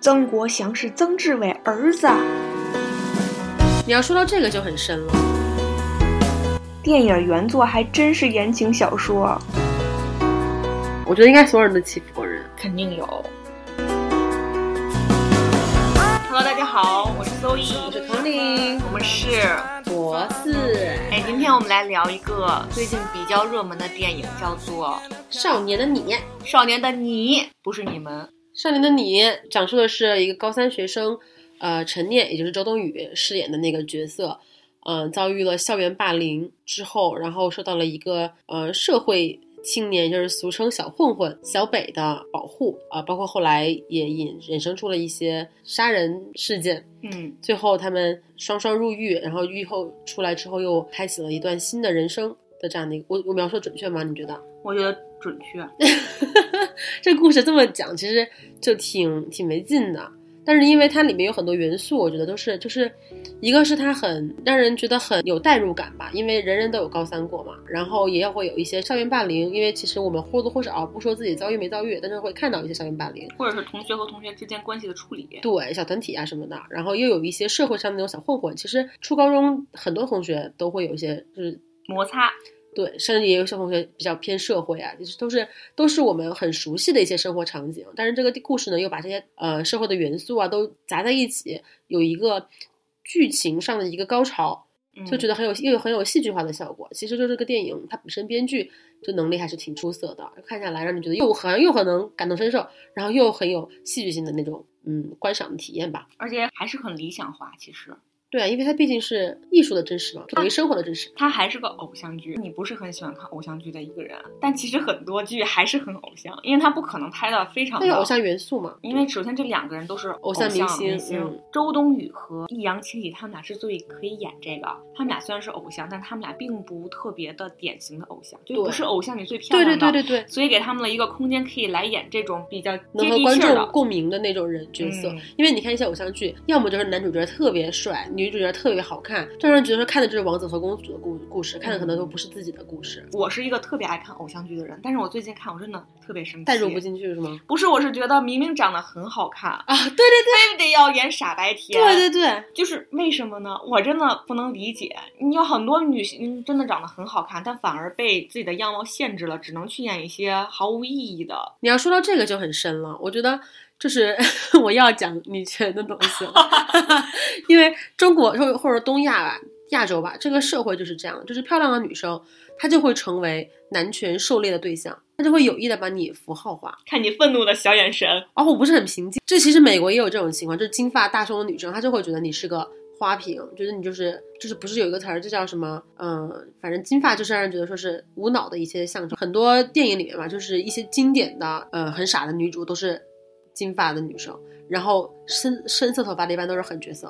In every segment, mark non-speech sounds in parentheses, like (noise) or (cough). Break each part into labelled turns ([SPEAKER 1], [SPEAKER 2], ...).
[SPEAKER 1] 曾国祥是曾志伟儿子。啊
[SPEAKER 2] 你要说到这个就很深了。
[SPEAKER 1] 电影原作还真是言情小说，
[SPEAKER 2] 我觉得应该所有人都欺负过人。
[SPEAKER 3] 肯定有。Hello，大家好，我是邹毅，
[SPEAKER 2] 我是 Tony，
[SPEAKER 3] 我们是。嗯
[SPEAKER 2] 博士，
[SPEAKER 3] 哎，今天我们来聊一个最近比较热门的电影，叫做
[SPEAKER 2] 少年的你，
[SPEAKER 3] 《少年的你》，不是你们。
[SPEAKER 2] 少年的你讲述的是一个高三学生，呃，陈念，也就是周冬雨饰演的那个角色，嗯、遭遇了校园霸凌之后，然后受到了一个呃社会青年，就是俗称小混混小北的保护啊、包括后来也引衍生出了一些杀人事件。
[SPEAKER 3] 嗯，
[SPEAKER 2] 最后他们双双入狱，然后狱后出来之后又开启了一段新的人生的这样的一个，我我描述得准确吗？你觉得？ (laughs)
[SPEAKER 3] 我觉得准确。
[SPEAKER 2] 这故事这么讲，其实就挺挺没劲的。但是因为它里面有很多元素，我觉得都是就是，一个是它很让人觉得很有代入感吧，因为人人都有高三过嘛，然后也要会有一些校园霸凌，因为其实我们或多或少不说自己遭遇没遭遇，但是会看到一些校园霸凌。
[SPEAKER 3] 或者是同学和同学之间关系的处理。
[SPEAKER 2] 对小团体啊什么的，然后又有一些社会上的那种小混混。其实初高中很多同学都会有一些，就是
[SPEAKER 3] 摩擦，
[SPEAKER 2] 对，甚至也有些同学比较偏社会啊，就是都是都是我们很熟悉的一些生活场景。但是这个故事呢，又把这些呃社会的元素啊都砸在一起，有一个剧情上的一个高潮，
[SPEAKER 3] 嗯
[SPEAKER 2] 就觉得很有又有很有戏剧化的效果。其实就这个电影它本身编剧就能力还是挺出色的，看下来让你觉得又很又很能感同身受，然后又很有戏剧性的那种嗯观赏的体验吧。
[SPEAKER 3] 而且还是很理想化。其实
[SPEAKER 2] 对啊，因为它毕竟是艺术的真实嘛，等
[SPEAKER 3] 嗯
[SPEAKER 2] 于生活的真实。
[SPEAKER 3] 它还是个偶像剧，你不是很喜欢看偶像剧的一个人，但其实很多剧还是很偶像，因为它不可能拍的非常
[SPEAKER 2] 它
[SPEAKER 3] 的
[SPEAKER 2] 有偶像元素嘛？
[SPEAKER 3] 嗯因为首先这两个人都是
[SPEAKER 2] 偶像
[SPEAKER 3] 像
[SPEAKER 2] 明星
[SPEAKER 3] 星，
[SPEAKER 2] 嗯
[SPEAKER 3] 周冬雨和易烊千玺，他们俩之所以可以演这个，他们俩虽然是偶像，但他们俩并不特别的典型的偶像，就
[SPEAKER 2] 对
[SPEAKER 3] 不是偶像里最漂
[SPEAKER 2] 对
[SPEAKER 3] 亮
[SPEAKER 2] 对
[SPEAKER 3] 的。
[SPEAKER 2] 对
[SPEAKER 3] 对
[SPEAKER 2] 对对，
[SPEAKER 3] 所以给他们了一个空间，可以来演这种比较
[SPEAKER 2] 能
[SPEAKER 3] 接
[SPEAKER 2] 和
[SPEAKER 3] 地
[SPEAKER 2] 观
[SPEAKER 3] 气儿
[SPEAKER 2] 众
[SPEAKER 3] 的。
[SPEAKER 2] 共鸣的那种人角色。
[SPEAKER 3] 嗯
[SPEAKER 2] 因为你看一些偶像剧，要么就是男主角特别帅，女主角特别好看，这让人觉得说看的就是王子和公主的故故事，看的可能都
[SPEAKER 3] 嗯
[SPEAKER 2] 不是自己的故事，
[SPEAKER 3] 我是一个特别爱看偶像剧的人，但是我最近看我真的特别生气，
[SPEAKER 2] 代入不。进去是吗？
[SPEAKER 3] 不是，我是觉得明明长得很好看，
[SPEAKER 2] 啊，对对
[SPEAKER 3] 非得要演傻白甜。
[SPEAKER 2] 对对对对，
[SPEAKER 3] 就是为什么呢？我真的不能理解。你有很多女星真的长得很好看，但反而被自己的样貌限制了，只能去演一些毫无意义的。
[SPEAKER 2] 你要说到这个就很深了，我觉得就是 (laughs) 我要讲女权的东西了，因为中国或者或者东亚吧、亚洲吧，这个社会就是这样，就是漂亮的女生她就会成为男权狩猎的对象，她就会有意的把你符号化。
[SPEAKER 3] 看你愤怒的小眼神，
[SPEAKER 2] 而哦我不是很平静，这其实美国也有这种情况，就是金发大胸的女生，她就会觉得你是个。花瓶，就是你就是就是不是有一个词儿，这叫什么？嗯，反正金发就是让人觉得说是无脑的一些象征。很多电影里面吧，就是一些经典的，呃，很傻的女主都是金发的女生，然后深深色头发的一般都是狠角色。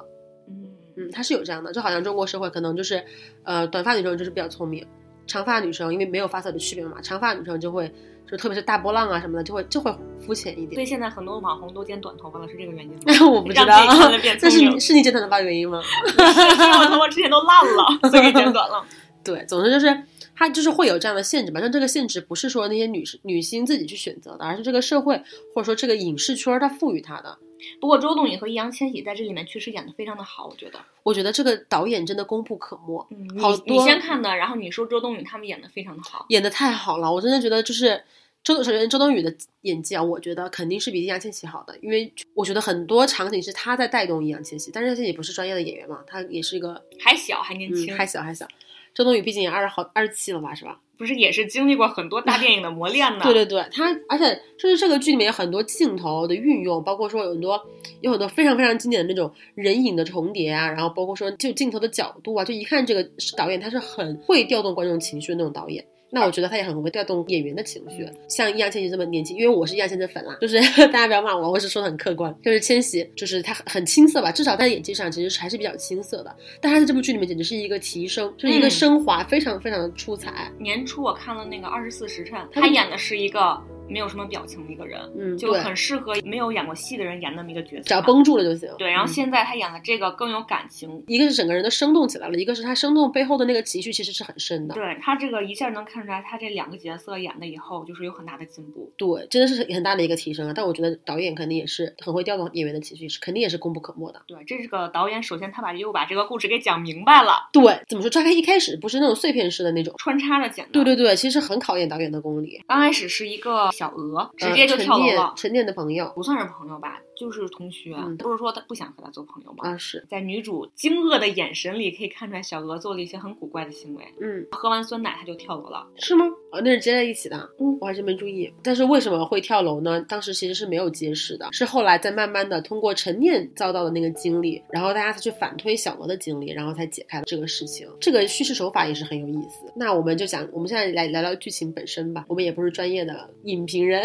[SPEAKER 3] 嗯，
[SPEAKER 2] 嗯，它是有这样的，就好像中国社会可能就是，呃，短发女生就是比较聪明，长发女生因为没有发色的区别嘛，长发女生就会就特别是大波浪啊什么的，就会就会肤浅一点
[SPEAKER 3] 所以。现在很多网红都剪短头发了，是这个原因 (laughs) 吗？
[SPEAKER 2] (laughs) 我不知道
[SPEAKER 3] 让自己看着 (laughs) 变，聪
[SPEAKER 2] 但是
[SPEAKER 3] 明
[SPEAKER 2] 你是你剪短头发的原因吗？
[SPEAKER 3] 我头发之前都烂了，所以剪短了。
[SPEAKER 2] 对，总之就是它就是会有这样的限制吧。但这个限制不是说那些女女星自己去选择的，而是这个社会或者说这个影视圈儿它赋予她的。
[SPEAKER 3] 不过周冬雨和易烊千玺在这里面确实演的非常的好，我觉得。
[SPEAKER 2] 我觉得这个导演真的功不可没，
[SPEAKER 3] 嗯，
[SPEAKER 2] 好
[SPEAKER 3] 你
[SPEAKER 2] 多
[SPEAKER 3] 你先看的，然后你说周冬雨他们演的非常的好。
[SPEAKER 2] 演的太好了，我真的觉得就是周首先周冬雨的演技啊，我觉得肯定是比易烊千玺好的，因为我觉得很多场景是她在带动易烊千玺，但是易烊千玺不是专业的演员嘛，他也是一个
[SPEAKER 3] 还小还年
[SPEAKER 2] 嗯
[SPEAKER 3] 轻，
[SPEAKER 2] 还小还小。周冬雨毕竟也二十好二十七了吧，是吧？
[SPEAKER 3] 不是也是经历过很多大电影的磨练呢。
[SPEAKER 2] 对对对，它而且就是这个剧里面有很多镜头的运用，包括说有很多有很多非常非常经典的那种人影的重叠啊，然后包括说就镜头的角度啊，就一看这个导演他是很会调动观众情绪的那种导演。那我觉得他也很会调动演员的情绪，
[SPEAKER 3] 嗯
[SPEAKER 2] 像易烊千玺这么年轻，因为我是易烊千玺粉啦，就是 (laughs) 大家不要骂我，我只是说的很客观，就是千玺就是他很很青涩吧，至少在演技上其实还是比较青涩的，但他在这部剧里面简直是一个提升，就是一个
[SPEAKER 3] 嗯
[SPEAKER 2] 升华，非常非常的出彩。
[SPEAKER 3] 年初我看了那个《二十四时辰》，
[SPEAKER 2] 他
[SPEAKER 3] 他
[SPEAKER 2] 那个
[SPEAKER 3] 演的是一个没有什么表情的一个人，
[SPEAKER 2] 嗯，
[SPEAKER 3] 就
[SPEAKER 2] 对，
[SPEAKER 3] 很适合没有演过戏的人演那么一个角色。
[SPEAKER 2] 只要绷住了就行。
[SPEAKER 3] 对，然后
[SPEAKER 2] 嗯
[SPEAKER 3] 现在他演的这个更有感情，
[SPEAKER 2] 一个是整个人都生动起来了，一个是他生动背后的那个情绪其实是很深的。
[SPEAKER 3] 对他这个一下能看出来，他这两个角色演的以后就是有很大的进步。
[SPEAKER 2] 对，真的是很大的一个提升啊！但我觉得导演肯定也是很会调动演员的情绪，是肯定也是功不可没的。
[SPEAKER 3] 对，这是个导演，首先他把又把这个故事给讲明白了，
[SPEAKER 2] 对，怎么说？抓开一开始不是那种碎片式的那种，
[SPEAKER 3] 穿插着讲。
[SPEAKER 2] 对，对对，其实很考验导演的功力。
[SPEAKER 3] 刚开始是一个小鹅，直
[SPEAKER 2] 呃
[SPEAKER 3] 接就跳楼
[SPEAKER 2] 陈念
[SPEAKER 3] 了，
[SPEAKER 2] 陈念的朋友
[SPEAKER 3] 不算是朋友吧，就是同学，
[SPEAKER 2] 嗯
[SPEAKER 3] 不是说他不想和他做朋友吗？
[SPEAKER 2] 啊，是，
[SPEAKER 3] 在女主惊愕的眼神里，可以看出来小鹅做了一些很古怪的行为。
[SPEAKER 2] 嗯，
[SPEAKER 3] 喝完酸奶，他就跳楼了。
[SPEAKER 2] 是吗？啊，那是接在一起的，
[SPEAKER 3] 嗯
[SPEAKER 2] 我还真没注意。但是为什么会跳楼呢？当时其实是没有揭示的，是后来再慢慢的通过陈念遭到的那个经历，然后大家才去反推小罗的经历，然后才解开了这个事情。这个叙事手法也是很有意思。那我们就讲，我们现在来聊聊剧情本身吧。我们也不是专业的影评人，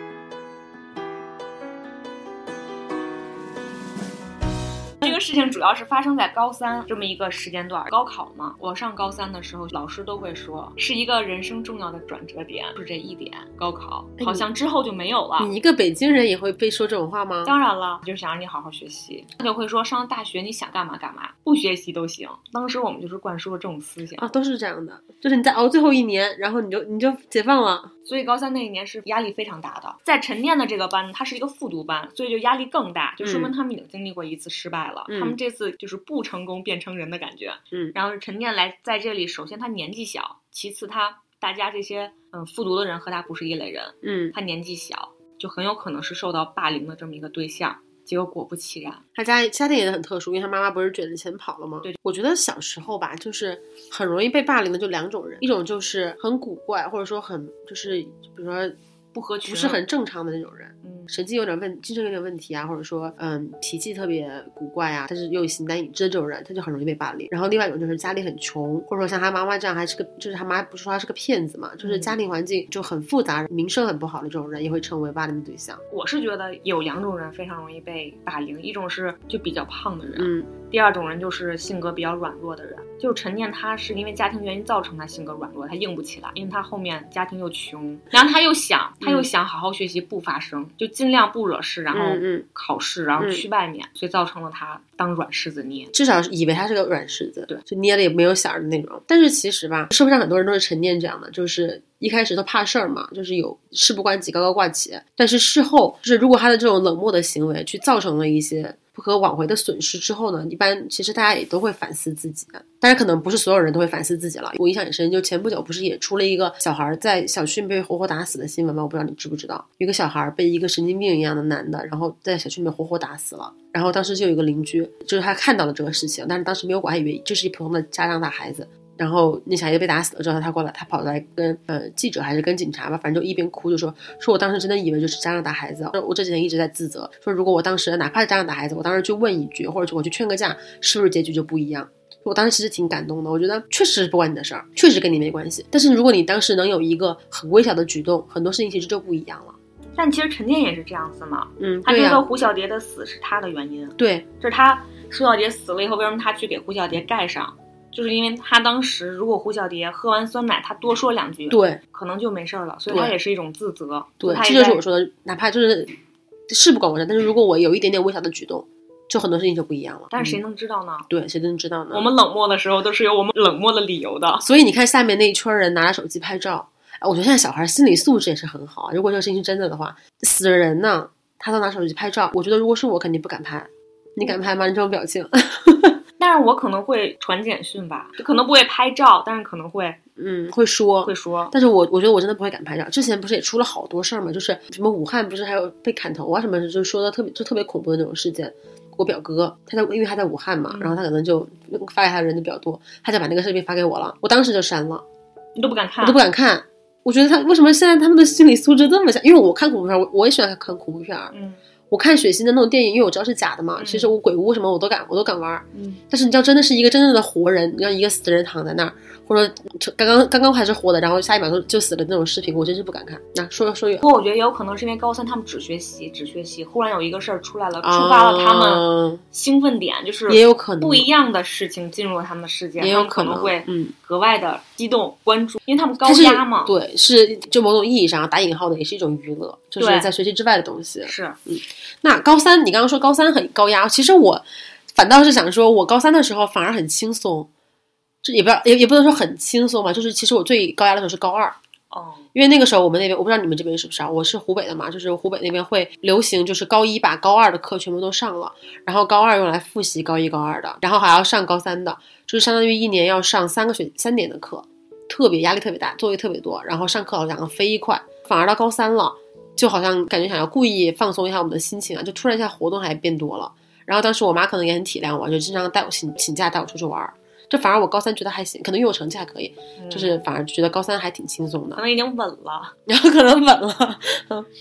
[SPEAKER 2] 嗯
[SPEAKER 3] 这个事情主要是发生在高三这么一个时间段，高考嘛。我上高三的时候，老师都会说是一个人生重要的转折点，是这一点，高考
[SPEAKER 2] 哎你嗯
[SPEAKER 3] 好像之后就没有了。
[SPEAKER 2] 你一个北京人也会被说这种话吗？
[SPEAKER 3] 当然了，就是想让你好好学习，他就会说上大学你想干嘛干嘛，不学习都行。当时我们就是灌输了这种思想
[SPEAKER 2] 啊，，都是这样的，就是你再熬最后一年，然后你就你就解放了。
[SPEAKER 3] 所以高三那一年是压力非常大的。在陈念的这个班，它是一个复读班，所以就压力更大，就说明
[SPEAKER 2] 嗯
[SPEAKER 3] 他们已经经历过一次失败了。
[SPEAKER 2] 嗯
[SPEAKER 3] 他们这次就是不成功变成人的感觉。
[SPEAKER 2] 嗯
[SPEAKER 3] 然后陈念来在这里，首先他年纪小，其次他大家这些嗯复读的人和他不是一类人，
[SPEAKER 2] 嗯，
[SPEAKER 3] 他年纪小，就很有可能是受到霸凌的这么一个对象。结果果不其然，
[SPEAKER 2] 他家家庭也很特殊，因为他妈妈不是卷着钱跑了吗？
[SPEAKER 3] 对，
[SPEAKER 2] 我觉得小时候吧，就是很容易被霸凌的就两种人，一种就是很古怪，或者说很就是比如说
[SPEAKER 3] 不合群，
[SPEAKER 2] 不是很正常的那种人，
[SPEAKER 3] 嗯
[SPEAKER 2] 神经有点问，精神有点问题啊，或者说嗯脾气特别古怪啊，但是又形单影只的这种人，他就很容易被霸凌。然后另外一种就是家里很穷，或者说像他妈妈这样，还是个就是他妈不是说他是个骗子嘛，就是
[SPEAKER 3] 嗯
[SPEAKER 2] 家庭环境就很复杂，名声很不好的这种人也会成为霸凌的对象。
[SPEAKER 3] 我是觉得有两种人非常容易被霸凌，一种是就比较胖的人，
[SPEAKER 2] 嗯
[SPEAKER 3] 第二种人就是性格比较软弱的人，就是陈念，他是因为家庭原因造成他性格软弱，他硬不起来，因为他后面家庭又穷，然后他又想，他又想好好学习不发声，就尽量不惹事，然后
[SPEAKER 2] 嗯嗯，
[SPEAKER 3] 考试，然后
[SPEAKER 2] 嗯
[SPEAKER 3] 去外面，所以造成了他当软柿子捏。
[SPEAKER 2] 至少是以为他是个软柿子，
[SPEAKER 3] 对，
[SPEAKER 2] 就捏的也没有响儿的那种。但是其实吧，社会上很多人都是沉淀这样的，就是一开始都怕事儿嘛，就是有事不关己高高挂起。但是事后，就是如果他的这种冷漠的行为去造成了一些不可挽回的损失之后呢，一般其实大家也都会反思自己。当然，可能不是所有人都会反思自己了。我印象很深，就前不久不是也出了一个小孩儿在小区被活活打死的新闻吗？我不知道你知不知道，有一个小孩儿被一个神经病一样的男的，然后在小区里面活活打死了。然后当时就有一个邻居，就是他看到了这个事情，但是当时没有管，还以为就是一普通的家长打孩子。然后那小孩就被打死了之后，他过来，他跑来跟呃记者还是跟警察吧，反正就一边哭就说说我当时真的以为就是家长打孩子，我这几天一直在自责，说如果我当时哪怕是家长打孩子，我当时去问一句或者我去劝个架，是不是结局就不一样？我当时其实挺感动的，我觉得确实不关你的事儿，确实跟你没关系。但是如果你当时能有一个很微小的举动，很多事情其实就不一样了。
[SPEAKER 3] 但其实陈念也是这样子嘛，
[SPEAKER 2] 嗯，
[SPEAKER 3] 他
[SPEAKER 2] 对
[SPEAKER 3] 觉
[SPEAKER 2] 呀、
[SPEAKER 3] 得胡小蝶的死是他的原因，
[SPEAKER 2] 对，
[SPEAKER 3] 这是他胡小蝶死了以后，为什么他去给胡小蝶盖上？就是因为他当时如果胡小蝶喝完酸奶，他多说两句，
[SPEAKER 2] 对，
[SPEAKER 3] 可能就没事儿了，所以他
[SPEAKER 2] 对
[SPEAKER 3] 也是一种自责。
[SPEAKER 2] 对，
[SPEAKER 3] 他
[SPEAKER 2] 这
[SPEAKER 3] 也
[SPEAKER 2] 就是
[SPEAKER 3] 在
[SPEAKER 2] 我说的，哪怕就是事不关我事，但是如果我有一点点微小的举动，就很多事情就不一样了。
[SPEAKER 3] 但是谁
[SPEAKER 2] 嗯
[SPEAKER 3] 能知道呢？
[SPEAKER 2] 对谁能知道呢？
[SPEAKER 3] 嗯我们冷漠的时候都是有我们冷漠的理由的。
[SPEAKER 2] 所以你看下面那一圈人拿着手机拍照，哎，我觉得现在小孩心理素质也是很好啊。如果这个事情是真的的话，死了人呢，他都拿手机拍照，我觉得如果是我，肯定不敢拍。你敢拍吗？你这种表情， (laughs)
[SPEAKER 3] 但是我可能会传简讯吧，可能不会拍照，但是可能会
[SPEAKER 2] 嗯，会说
[SPEAKER 3] 会说。
[SPEAKER 2] 但是我我觉得我真的不会敢拍照。之前不是也出了好多事儿嘛，就是什么武汉不是还有被砍头啊什么，就说的特别就特别恐怖的那种事件。我表哥他在因为他在武汉嘛，
[SPEAKER 3] 嗯
[SPEAKER 2] 然后他可能就发给他的人就比较多，他就把那个视频发给我了，我当时就删了，
[SPEAKER 3] 你都不敢看，
[SPEAKER 2] 我都不敢看。我觉得他为什么现在他们的心理素质这么强？因为我看恐怖片儿，我我也喜欢看恐怖片儿。
[SPEAKER 3] 嗯
[SPEAKER 2] 我看血腥的那种电影，因为我知道是假的嘛，
[SPEAKER 3] 嗯
[SPEAKER 2] 其实我鬼屋什么我都敢，我都敢玩儿。
[SPEAKER 3] 嗯，
[SPEAKER 2] 但是你知道，真的是一个真正的活人，你让一个死人躺在那儿，或者就刚刚刚刚还是活的，然后下一秒就就死了那种视频，我真是不敢看。那、说说远
[SPEAKER 3] 不过我觉得也有可能是因为高三他们只学习，只学习，忽然有一个事儿出来了，触发了他们
[SPEAKER 2] 啊
[SPEAKER 3] 兴奋点，就是
[SPEAKER 2] 也有可能
[SPEAKER 3] 不一样的事情进入了他们的世界，
[SPEAKER 2] 也有
[SPEAKER 3] 他们可
[SPEAKER 2] 能
[SPEAKER 3] 会
[SPEAKER 2] 嗯，
[SPEAKER 3] 格外的激动关注，因为他们高
[SPEAKER 2] 它是
[SPEAKER 3] 压嘛。
[SPEAKER 2] 对，是就某种意义上啊打引号的，也是一种娱乐，就是
[SPEAKER 3] 对
[SPEAKER 2] 在学习之外的东西。
[SPEAKER 3] 是，
[SPEAKER 2] 那高三，你刚刚说高三很高压，其实我反倒是想说，我高三的时候反而很轻松，这也不要也也不能说很轻松吧，就是其实我最高压的时候是高二，
[SPEAKER 3] 哦，
[SPEAKER 2] 因为那个时候我们那边我不知道你们这边是不是啊，我是湖北的嘛，就是湖北那边会流行，就是高一把高二的课全部都上了，然后高二用来复习高一高二的，然后还要上高三的，就是相当于一年要上三个学三年的课，特别压力特别大，作业特别多，然后上课好像飞快，反而到高三了，就好像感觉想要故意放松一下我们的心情啊，就突然一下活动还变多了。然后当时我妈可能也很体谅我，就经常带我请请假带我出去玩儿。这反而我高三觉得还行，可能因为我成绩还可以，就是反而觉得高三还挺轻松的
[SPEAKER 3] 嗯可。能已经稳了。
[SPEAKER 2] (laughs) 然后可能稳了。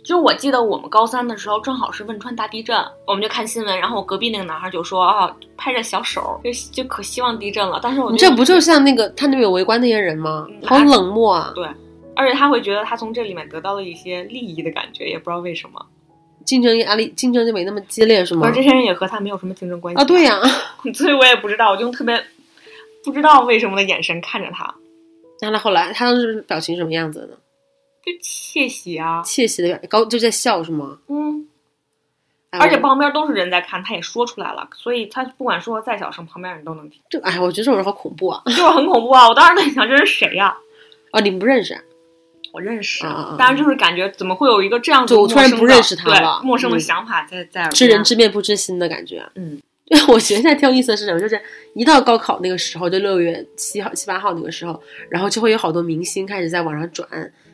[SPEAKER 3] 就是我记得我们高三的时候，正好是汶川大地震，我们就看新闻，然后我隔壁那个男孩就说啊，拍着小手，就就可希望地震了。但是我
[SPEAKER 2] 你
[SPEAKER 3] 觉得
[SPEAKER 2] 这不就像那个他那边有围观那些人吗
[SPEAKER 3] 嗯？
[SPEAKER 2] 好冷漠啊！
[SPEAKER 3] 对，而且他会觉得他从这里面得到了一些利益的感觉，也不知道为什么。
[SPEAKER 2] 竞争压力竞争就没那么激烈是
[SPEAKER 3] 可
[SPEAKER 2] 吗
[SPEAKER 3] 是？这些人也和他没有什么竞争关系
[SPEAKER 2] 嗯啊，对、呀、(laughs)
[SPEAKER 3] (laughs) 所以我也不知道，我就用特别不知道为什么的眼神看着他，
[SPEAKER 2] 那他后来他当时表情什么样子呢？
[SPEAKER 3] 就窃喜啊，
[SPEAKER 2] 窃喜的表高就在笑是吗？
[SPEAKER 3] 嗯，
[SPEAKER 2] 哎
[SPEAKER 3] 而且
[SPEAKER 2] 我
[SPEAKER 3] 旁边都是人在看，他也说出来了，所以他不管说的再小声，旁边人都能听， (laughs)
[SPEAKER 2] 就哎，我觉得这种人好恐怖啊！
[SPEAKER 3] 就是很恐怖啊！我当时在想这是谁呀、
[SPEAKER 2] 啊，你们不认识啊？
[SPEAKER 3] 我认识
[SPEAKER 2] 啊啊啊
[SPEAKER 3] 但是就是感觉怎么会有一个这样
[SPEAKER 2] 就
[SPEAKER 3] 子陌
[SPEAKER 2] 我突然
[SPEAKER 3] 生
[SPEAKER 2] 不
[SPEAKER 3] 的
[SPEAKER 2] 认识他了
[SPEAKER 3] 对陌生的
[SPEAKER 2] 嗯
[SPEAKER 3] 想法在在耳
[SPEAKER 2] 知人
[SPEAKER 3] 边
[SPEAKER 2] 知面不知心的感觉。啊
[SPEAKER 3] 嗯，
[SPEAKER 2] (laughs) 我觉得现在挺有意思的是什么？就是一到高考那个时候，就六月七号、七八号那个时候，然后就会有好多明星开始在网上转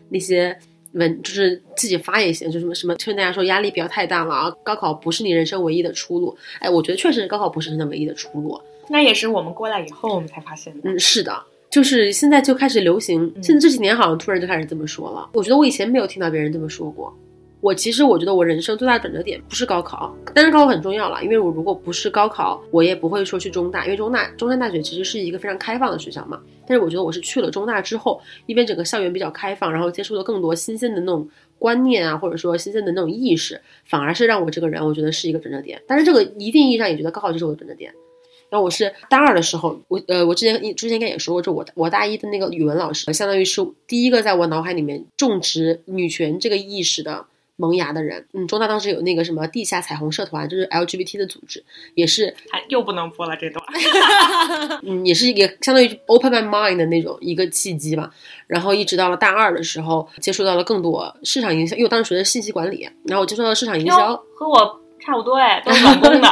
[SPEAKER 2] 那些文，就是自己发也行，就什么什么劝大家说压力不要太大了啊，高考不是你人生唯一的出路。哎，我觉得确实高考不是人生唯一的出路。啊
[SPEAKER 3] 那也是我们过来以后我们才发现的，
[SPEAKER 2] 嗯，是的，就是现在就开始流行，
[SPEAKER 3] 嗯
[SPEAKER 2] 现在这几年好像突然就开始这么说了。我觉得我以前没有听到别人这么说过。我其实我觉得我人生最大的转折点不是高考，但是高考很重要了，因为我如果不是高考，我也不会说去中大，因为中大中山大学其实是一个非常开放的学校嘛。但是我觉得我是去了中大之后，因为整个校园比较开放，然后接触了更多新鲜的那种观念啊，或者说新鲜的那种意识，反而是让我这个人我觉得是一个转折点。但是这个一定意义上也觉得高考就是我的转折点。然后我是大二的时候，我呃，我之前之前应该也说过，就我我大一的那个语文老师，相当于是第一个在我脑海里面种植女权这个意识的萌芽的人。嗯，中大当时有那个什么地下彩虹社团，就是 LGBT 的组织，也是
[SPEAKER 3] 还又不能播了这段。
[SPEAKER 2] 嗯，也是一个相当于 open my mind 的那种一个契机吧。然后一直到了大二的时候，接触到了更多市场营销，因为我当时学的信息管理，然后我接触到了市场营销
[SPEAKER 3] 哟。和我差不多哎，都是短工的。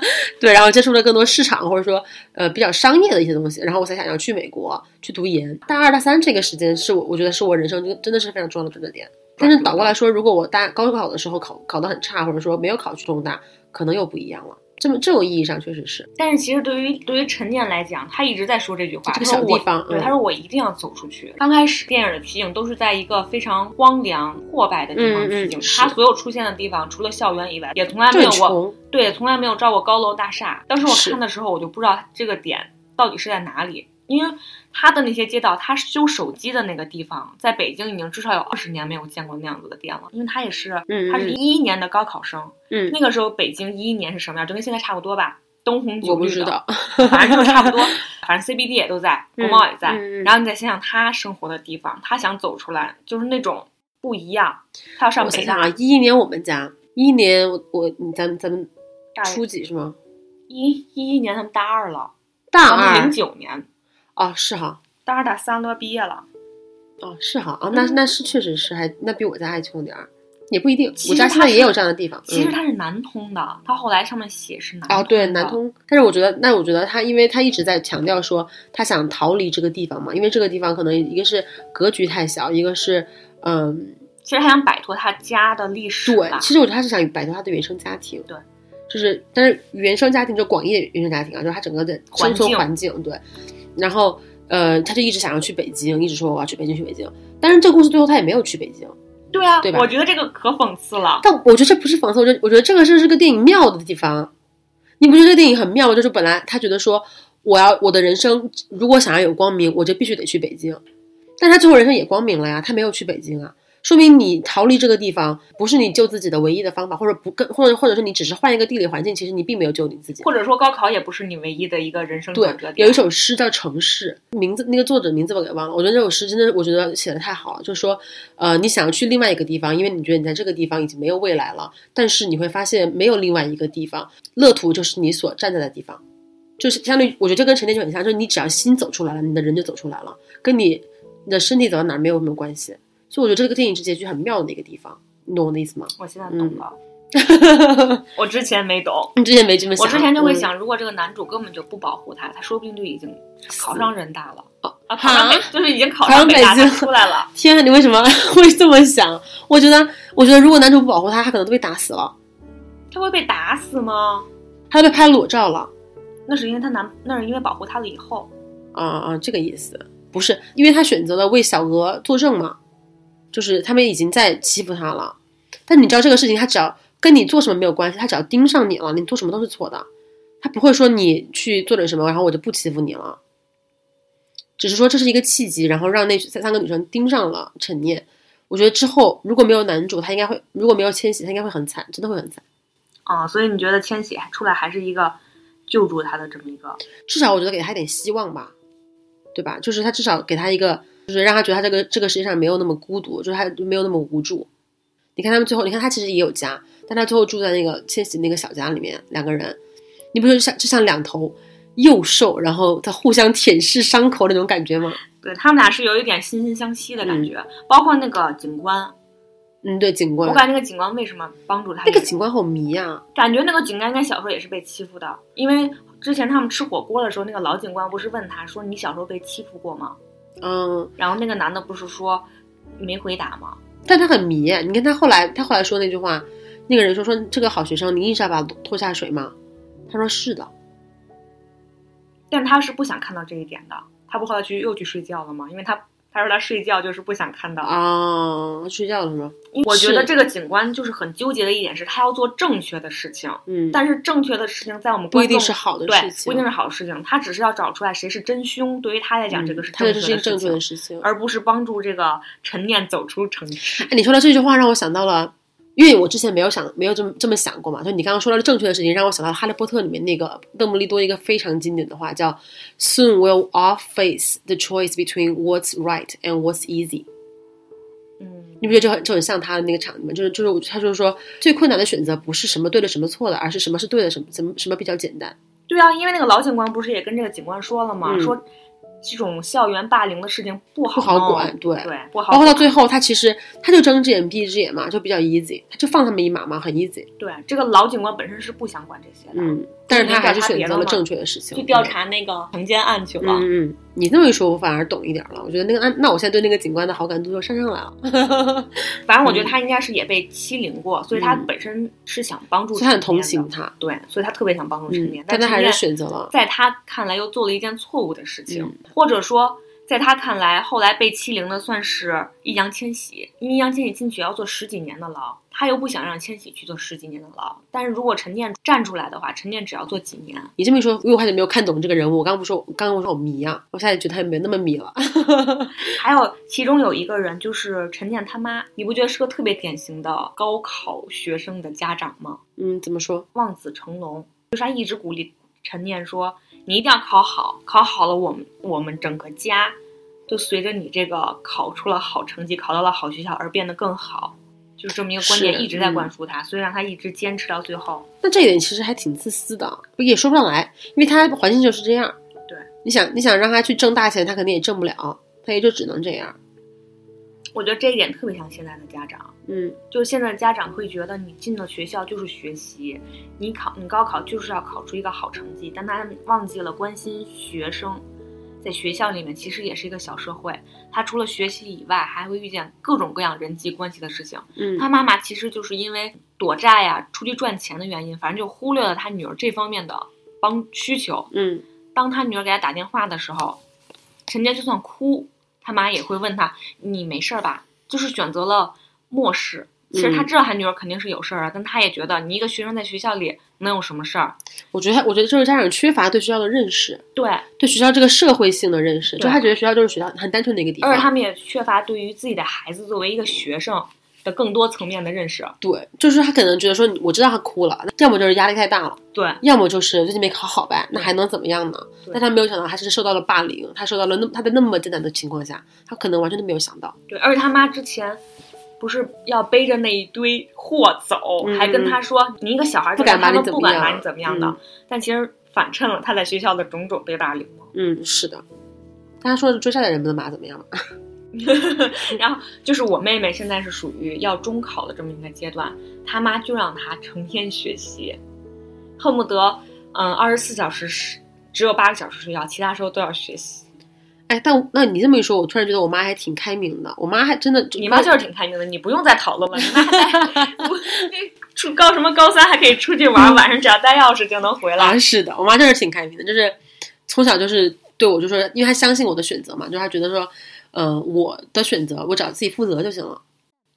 [SPEAKER 3] (laughs)
[SPEAKER 2] (laughs) 对，然后接触了更多市场，或者说呃比较商业的一些东西，然后我才想要去美国去读研。大二大三这个时间是我我觉得是我人生真真的是非常重要的转折点。但是倒过来说，如果我大高考的时候考考得很差，或者说没有考去中大，可能又不一样了。这么这种意义上确实是，
[SPEAKER 3] 但是其实对于对于陈念来讲，他一直在说这句话，
[SPEAKER 2] 这
[SPEAKER 3] 他
[SPEAKER 2] 个
[SPEAKER 3] 说
[SPEAKER 2] 小
[SPEAKER 3] 我
[SPEAKER 2] 地方
[SPEAKER 3] 对
[SPEAKER 2] 嗯
[SPEAKER 3] 他说我一定要走出去。刚开始电影的取景都是在一个非常荒凉破败的地方
[SPEAKER 2] 嗯
[SPEAKER 3] 取
[SPEAKER 2] 嗯
[SPEAKER 3] 景，
[SPEAKER 2] 是
[SPEAKER 3] 他所有出现的地方除了校园以外，也从来没
[SPEAKER 2] 对
[SPEAKER 3] 有过
[SPEAKER 2] 穷，
[SPEAKER 3] 对从来没有照过高楼大厦。当时我
[SPEAKER 2] 是
[SPEAKER 3] 看的时候，我就不知道这个点到底是在哪里。因为他的那些街道，他修手机的那个地方，在北京已经至少有二十年没有见过那样子的店了。因为他也是，
[SPEAKER 2] 嗯
[SPEAKER 3] 他是
[SPEAKER 2] 嗯
[SPEAKER 3] 一一年的高考生，
[SPEAKER 2] 嗯，
[SPEAKER 3] 那个时候北京一一年是什么样？就跟现在差不多吧，灯红酒
[SPEAKER 2] 我
[SPEAKER 3] 绿
[SPEAKER 2] 不知
[SPEAKER 3] 的，
[SPEAKER 2] 道，
[SPEAKER 3] 反正就差不多。反正 CBD 也都
[SPEAKER 2] (laughs)
[SPEAKER 3] 在，国贸也在。
[SPEAKER 2] 嗯嗯嗯
[SPEAKER 3] 然后你再想想他生活的地方，他想走出来，就是那种不一样。他要上
[SPEAKER 2] 我想
[SPEAKER 3] 北
[SPEAKER 2] 想
[SPEAKER 3] 大，
[SPEAKER 2] (laughs) 啊，一一年我们家，一一年我我你咱们咱们
[SPEAKER 3] 大
[SPEAKER 2] 初几是吗？
[SPEAKER 3] 一一一年他们大二了，
[SPEAKER 2] 大
[SPEAKER 3] 他们零
[SPEAKER 2] 二
[SPEAKER 3] 九年，
[SPEAKER 2] 哦，是哈，
[SPEAKER 3] 大二大三都要毕业了。
[SPEAKER 2] 哦，是哈啊，那
[SPEAKER 3] 嗯
[SPEAKER 2] 那是确实是还那比我家还穷点儿，也不一定
[SPEAKER 3] 其。
[SPEAKER 2] 我
[SPEAKER 3] 实
[SPEAKER 2] 家
[SPEAKER 3] 它
[SPEAKER 2] 现在也
[SPEAKER 3] 是
[SPEAKER 2] 有这样的地方。
[SPEAKER 3] 其实
[SPEAKER 2] 嗯
[SPEAKER 3] 他是南通的，他后来上面写是南通
[SPEAKER 2] 哦，
[SPEAKER 3] 的。
[SPEAKER 2] 对，南通，但是我觉得，那我觉得他，因为他一直在强调说他想逃离这个地方嘛，因为这个地方可能一个是格局太小，一个是嗯，
[SPEAKER 3] 其实他想摆脱他家的历史
[SPEAKER 2] 对
[SPEAKER 3] 吧，。
[SPEAKER 2] 其实我觉得他是想摆脱他的原生家庭。
[SPEAKER 3] 对。
[SPEAKER 2] 就是，但是原生家庭就广义的原生家庭啊，就是他整个的生存
[SPEAKER 3] 环
[SPEAKER 2] 环境对，然后呃，他就一直想要去北京，一直说我要去北京去北京，但是这个故事最后他也没有去北京，
[SPEAKER 3] 对啊
[SPEAKER 2] 对吧
[SPEAKER 3] 我觉得这个可讽刺了。
[SPEAKER 2] 但我觉得这不是讽刺，我觉得我觉得这个是这个电影妙的地方。你不觉得这个电影很妙吗？就是本来他觉得说，我要我的人生如果想要有光明，我就必须得去北京，但是他最后人生也光明了呀，他没有去北京啊，说明你逃离这个地方不是你救自己的唯一的方法，或者不跟，或者或者是你只是换一个地理环境，其实你并没有救你自己。
[SPEAKER 3] 或者说高考也不是你唯一的一个人生
[SPEAKER 2] 对
[SPEAKER 3] 转折，点。
[SPEAKER 2] 有一首诗叫《城市》，名字那个作者名字我给忘了。我觉得这首诗真的，我觉得写的太好了。就是说，呃，你想要去另外一个地方，因为你觉得你在这个地方已经没有未来了，但是你会发现没有另外一个地方，乐土就是你所站在的地方，就是相当于我觉得这跟沉淀就很像，就是你只要心走出来了，你的人就走出来了，跟你你的身体走到哪儿没有什么关系。所以我觉得这个电影是结局很妙的一个地方，你懂我的意思吗？ (laughs)
[SPEAKER 3] 我现在懂了，我之前没懂。
[SPEAKER 2] 你之前没这嗯么想，
[SPEAKER 3] 我之前就会
[SPEAKER 2] 嗯
[SPEAKER 3] 想，如果这个男主根本就不保护他，他说不定就已经考上人大了
[SPEAKER 2] 哦
[SPEAKER 3] 啊，考上北
[SPEAKER 2] 啊
[SPEAKER 3] 就是已经考
[SPEAKER 2] 考
[SPEAKER 3] 上
[SPEAKER 2] 上
[SPEAKER 3] 北大
[SPEAKER 2] 北京
[SPEAKER 3] 他出来了。
[SPEAKER 2] 天啊，你为什么 (laughs) 会这么想？我觉得，我觉得如果男主不保护他，他可能都被打死了，
[SPEAKER 3] 他会被打死吗？
[SPEAKER 2] 他都被拍裸照了
[SPEAKER 3] 那是因为他男，那是因为保护他了以后。
[SPEAKER 2] 啊啊，这个意思不是，因为他选择了为小娥作证嘛，就是他们已经在欺负他了。但你知道这个事情，他只要跟你做什么没有关系，他只要盯上你了，你做什么都是错的，他不会说你去做点什么，然后我就不欺负你了。只是说这是一个契机，然后让那三三个女生盯上了陈念。我觉得之后如果没有男主，他应该会；如果没有千玺，他应该会很惨，真的会很惨。
[SPEAKER 3] 啊、所以你觉得千玺还出来还是一个救助他的这么一个？
[SPEAKER 2] 至少我觉得给他一点希望吧，对吧？就是他至少给他一个，就是让他觉得他这个这个世界上没有那么孤独，就是他没有那么无助。你看他们最后，你看他其实也有家，但他最后住在那个千玺那个小家里面，两个人，你不觉得像就像两头幼兽，然后在互相舔舐伤口那种感觉吗？
[SPEAKER 3] 对他们俩是有一点惺惺相惜的感觉，包括那个警官，
[SPEAKER 2] 嗯，对，警官
[SPEAKER 3] 我，感觉那个警官为什么帮助他
[SPEAKER 2] 那
[SPEAKER 3] 也？
[SPEAKER 2] 个警官好迷呀、啊，
[SPEAKER 3] 感觉那个警官应该小时候也是被欺负的，因为之前他们吃火锅的时候，那个老警官不是问他说你小时候被欺负过吗？
[SPEAKER 2] 嗯，
[SPEAKER 3] 然后那个男的不是说没回答吗？
[SPEAKER 2] 但他很迷耶。你看他后来，他后来说那句话，那个人说说这个好学生，你一直要把他拖下水吗？他说是的。
[SPEAKER 3] 但他是不想看到这一点的，他不后来去又去睡觉了吗？因为他他说他睡觉就是不想看到。
[SPEAKER 2] 啊，睡觉了是吗？
[SPEAKER 3] 因为我觉得
[SPEAKER 2] 是
[SPEAKER 3] 这个警官就是很纠结的一点是，他要做正确的事情，
[SPEAKER 2] 嗯，
[SPEAKER 3] 但是正确的事情在我们
[SPEAKER 2] 不
[SPEAKER 3] 观
[SPEAKER 2] 一定
[SPEAKER 3] 众
[SPEAKER 2] 是好的
[SPEAKER 3] 对
[SPEAKER 2] 事，情，
[SPEAKER 3] 不一定是好事情，他只是要找出来谁是真凶。对于他来讲，这个是
[SPEAKER 2] 他
[SPEAKER 3] 正
[SPEAKER 2] 嗯这是
[SPEAKER 3] 确
[SPEAKER 2] 一
[SPEAKER 3] 的
[SPEAKER 2] 个
[SPEAKER 3] 事
[SPEAKER 2] 正确
[SPEAKER 3] 情
[SPEAKER 2] 的，事情。
[SPEAKER 3] 而不是帮助这个陈念走出城市。
[SPEAKER 2] 哎，你说到这句话，让我想到了，因为我之前没有想，没有这么这么想过嘛。就你刚刚说到的正确的事情，让我想到了《哈利波特》里面那个邓布利多一个非常经典的话，叫 “Soon will all face the choice between what's right and what's easy”。
[SPEAKER 3] 嗯，
[SPEAKER 2] 你不觉得就很就很像他的那个场景吗？就是就是我他就是说，最困难的选择不是什么对的什么错的，而是什么是对的，什么怎么什么比较简单。
[SPEAKER 3] 对啊，因为那个老警官不是也跟这个警官说了吗？
[SPEAKER 2] 嗯
[SPEAKER 3] 说这种校园霸凌的事情不好
[SPEAKER 2] 不好
[SPEAKER 3] 弄
[SPEAKER 2] 管对
[SPEAKER 3] 哦对，不好
[SPEAKER 2] 包括到
[SPEAKER 3] 管。
[SPEAKER 2] 最后，他其实他就睁只眼闭一只眼嘛，就比较 easy，他就放他们一马嘛，很 easy。
[SPEAKER 3] 对，这个老警官本身是不想管这些的，
[SPEAKER 2] 嗯，但是他还是选择
[SPEAKER 3] 调查别的
[SPEAKER 2] 了
[SPEAKER 3] 嘛
[SPEAKER 2] 正确的事情，
[SPEAKER 3] 去调查那个强奸案去
[SPEAKER 2] 嗯。
[SPEAKER 3] 了。
[SPEAKER 2] 嗯嗯，你这么一说，我反而懂一点了。我觉得那个，那我现在对那个警官的好感度就上上来
[SPEAKER 3] (laughs)
[SPEAKER 2] 了，
[SPEAKER 3] 反正我觉得他应该是也被欺凌过，所以他
[SPEAKER 2] 嗯
[SPEAKER 3] 本身是想帮助
[SPEAKER 2] 所以他
[SPEAKER 3] 陈念
[SPEAKER 2] 很
[SPEAKER 3] 的，
[SPEAKER 2] 同情他。
[SPEAKER 3] 对，所以他特别想帮助陈
[SPEAKER 2] 嗯
[SPEAKER 3] 念，，
[SPEAKER 2] 但他
[SPEAKER 3] 陈
[SPEAKER 2] 还是
[SPEAKER 3] 念
[SPEAKER 2] 选择了。
[SPEAKER 3] 在他看来又做了一件错误的事情，
[SPEAKER 2] 嗯
[SPEAKER 3] 或者说在他看来，后来被欺凌的算是易烊千玺，因为易烊千玺进去要坐十几年的牢，他又不想让千玺去坐十几年的牢。但是如果陈念站出来的话，陈念只要坐几年，
[SPEAKER 2] 你这么一说，因为我还是没有看懂这个人物。我刚刚不说，刚刚我说我迷啊，我现在觉得他也没有那么迷了。 (laughs)
[SPEAKER 3] 还有其中有一个人就是陈念他妈，你不觉得是个特别典型的高考学生的家长吗？
[SPEAKER 2] 嗯，怎么说？
[SPEAKER 3] 望子成龙，就是他一直鼓励陈念说：“你一定要考好，考好了我们我们整个家就随着你这个考出了好成绩，考到了好学校而变得更好。”就是这么一个观点
[SPEAKER 2] 是
[SPEAKER 3] 一直在
[SPEAKER 2] 嗯
[SPEAKER 3] 灌输他，所以让他一直坚持到最后。
[SPEAKER 2] 那这一点其实还挺自私的，也说不上来，因为他环境就是这样。
[SPEAKER 3] 对，
[SPEAKER 2] 你想，你想让他去挣大钱，他肯定也挣不了，他也就只能这样。
[SPEAKER 3] 我觉得这一点特别像现在的家长，
[SPEAKER 2] 嗯，
[SPEAKER 3] 就是现在的家长会觉得你进了学校就是学习，你考你高考就是要考出一个好成绩，但他忘记了关心学生。在学校里面，其实也是一个小社会。他除了学习以外，还会遇见各种各样人际关系的事情。
[SPEAKER 2] 嗯
[SPEAKER 3] 他妈妈其实就是因为躲债呀、出去赚钱的原因，反正就忽略了他女儿这方面的帮需求。
[SPEAKER 2] 嗯，
[SPEAKER 3] 当他女儿给他打电话的时候，陈杰就算哭，他妈也会问他：“你没事儿吧？”就是选择了漠视，其实他
[SPEAKER 2] 嗯
[SPEAKER 3] 知道他女儿肯定是有事儿啊，但他也觉得你一个学生在学校里能有什么事儿？
[SPEAKER 2] 我觉得，我觉得就是家长缺乏对学校的认识，
[SPEAKER 3] 对，
[SPEAKER 2] 对学校这个社会性的认识，
[SPEAKER 3] 对
[SPEAKER 2] 就他觉得学校就是学校，很单纯的一个地
[SPEAKER 3] 而且他
[SPEAKER 2] 方。
[SPEAKER 3] 们也缺乏对于自己的孩子作为一个学生的更多层面的认识。
[SPEAKER 2] 对，就是他可能觉得说，我知道他哭了，要么就是压力太大了，
[SPEAKER 3] 对，
[SPEAKER 2] 要么就是最近没考好呗，那还能怎么样呢？
[SPEAKER 3] 对
[SPEAKER 2] 但他没有想到，他是受到了霸凌，他受到了那他在那么艰难的情况下，他可能完全都没有想到。
[SPEAKER 3] 对，而且他妈之前不是要背着那一堆货走，
[SPEAKER 2] 嗯
[SPEAKER 3] 还跟他说你一个小孩儿
[SPEAKER 2] 不
[SPEAKER 3] 这样
[SPEAKER 2] 敢把
[SPEAKER 3] 他
[SPEAKER 2] 你
[SPEAKER 3] 们
[SPEAKER 2] 怎
[SPEAKER 3] 不
[SPEAKER 2] 么
[SPEAKER 3] 敢
[SPEAKER 2] 样
[SPEAKER 3] 把你怎么样的，
[SPEAKER 2] 嗯
[SPEAKER 3] 但其实反衬了他在学校的种种被霸凌。
[SPEAKER 2] 嗯，是的。大家说追下来人不能把他怎么样嘛？
[SPEAKER 3] 然后就是我妹妹现在是属于要中考的这么一个阶段，她妈就让她成天学习，恨不得嗯二十四小时是只有八个小时睡觉，其他时候都要学习。
[SPEAKER 2] 哎，但我那你这么一说，我突然觉得我妈还挺开明的。我妈还真的，
[SPEAKER 3] 你妈就是挺开明的，你不用再讨论了。你妈 (laughs) 还不出高什么高三还可以出去玩，晚上只要带钥匙就能回来
[SPEAKER 2] 啊，。是的，我妈就是挺开明的，就是从小就是对我就说，因为她相信我的选择嘛，就她觉得说，呃，我的选择我只要自己负责就行了。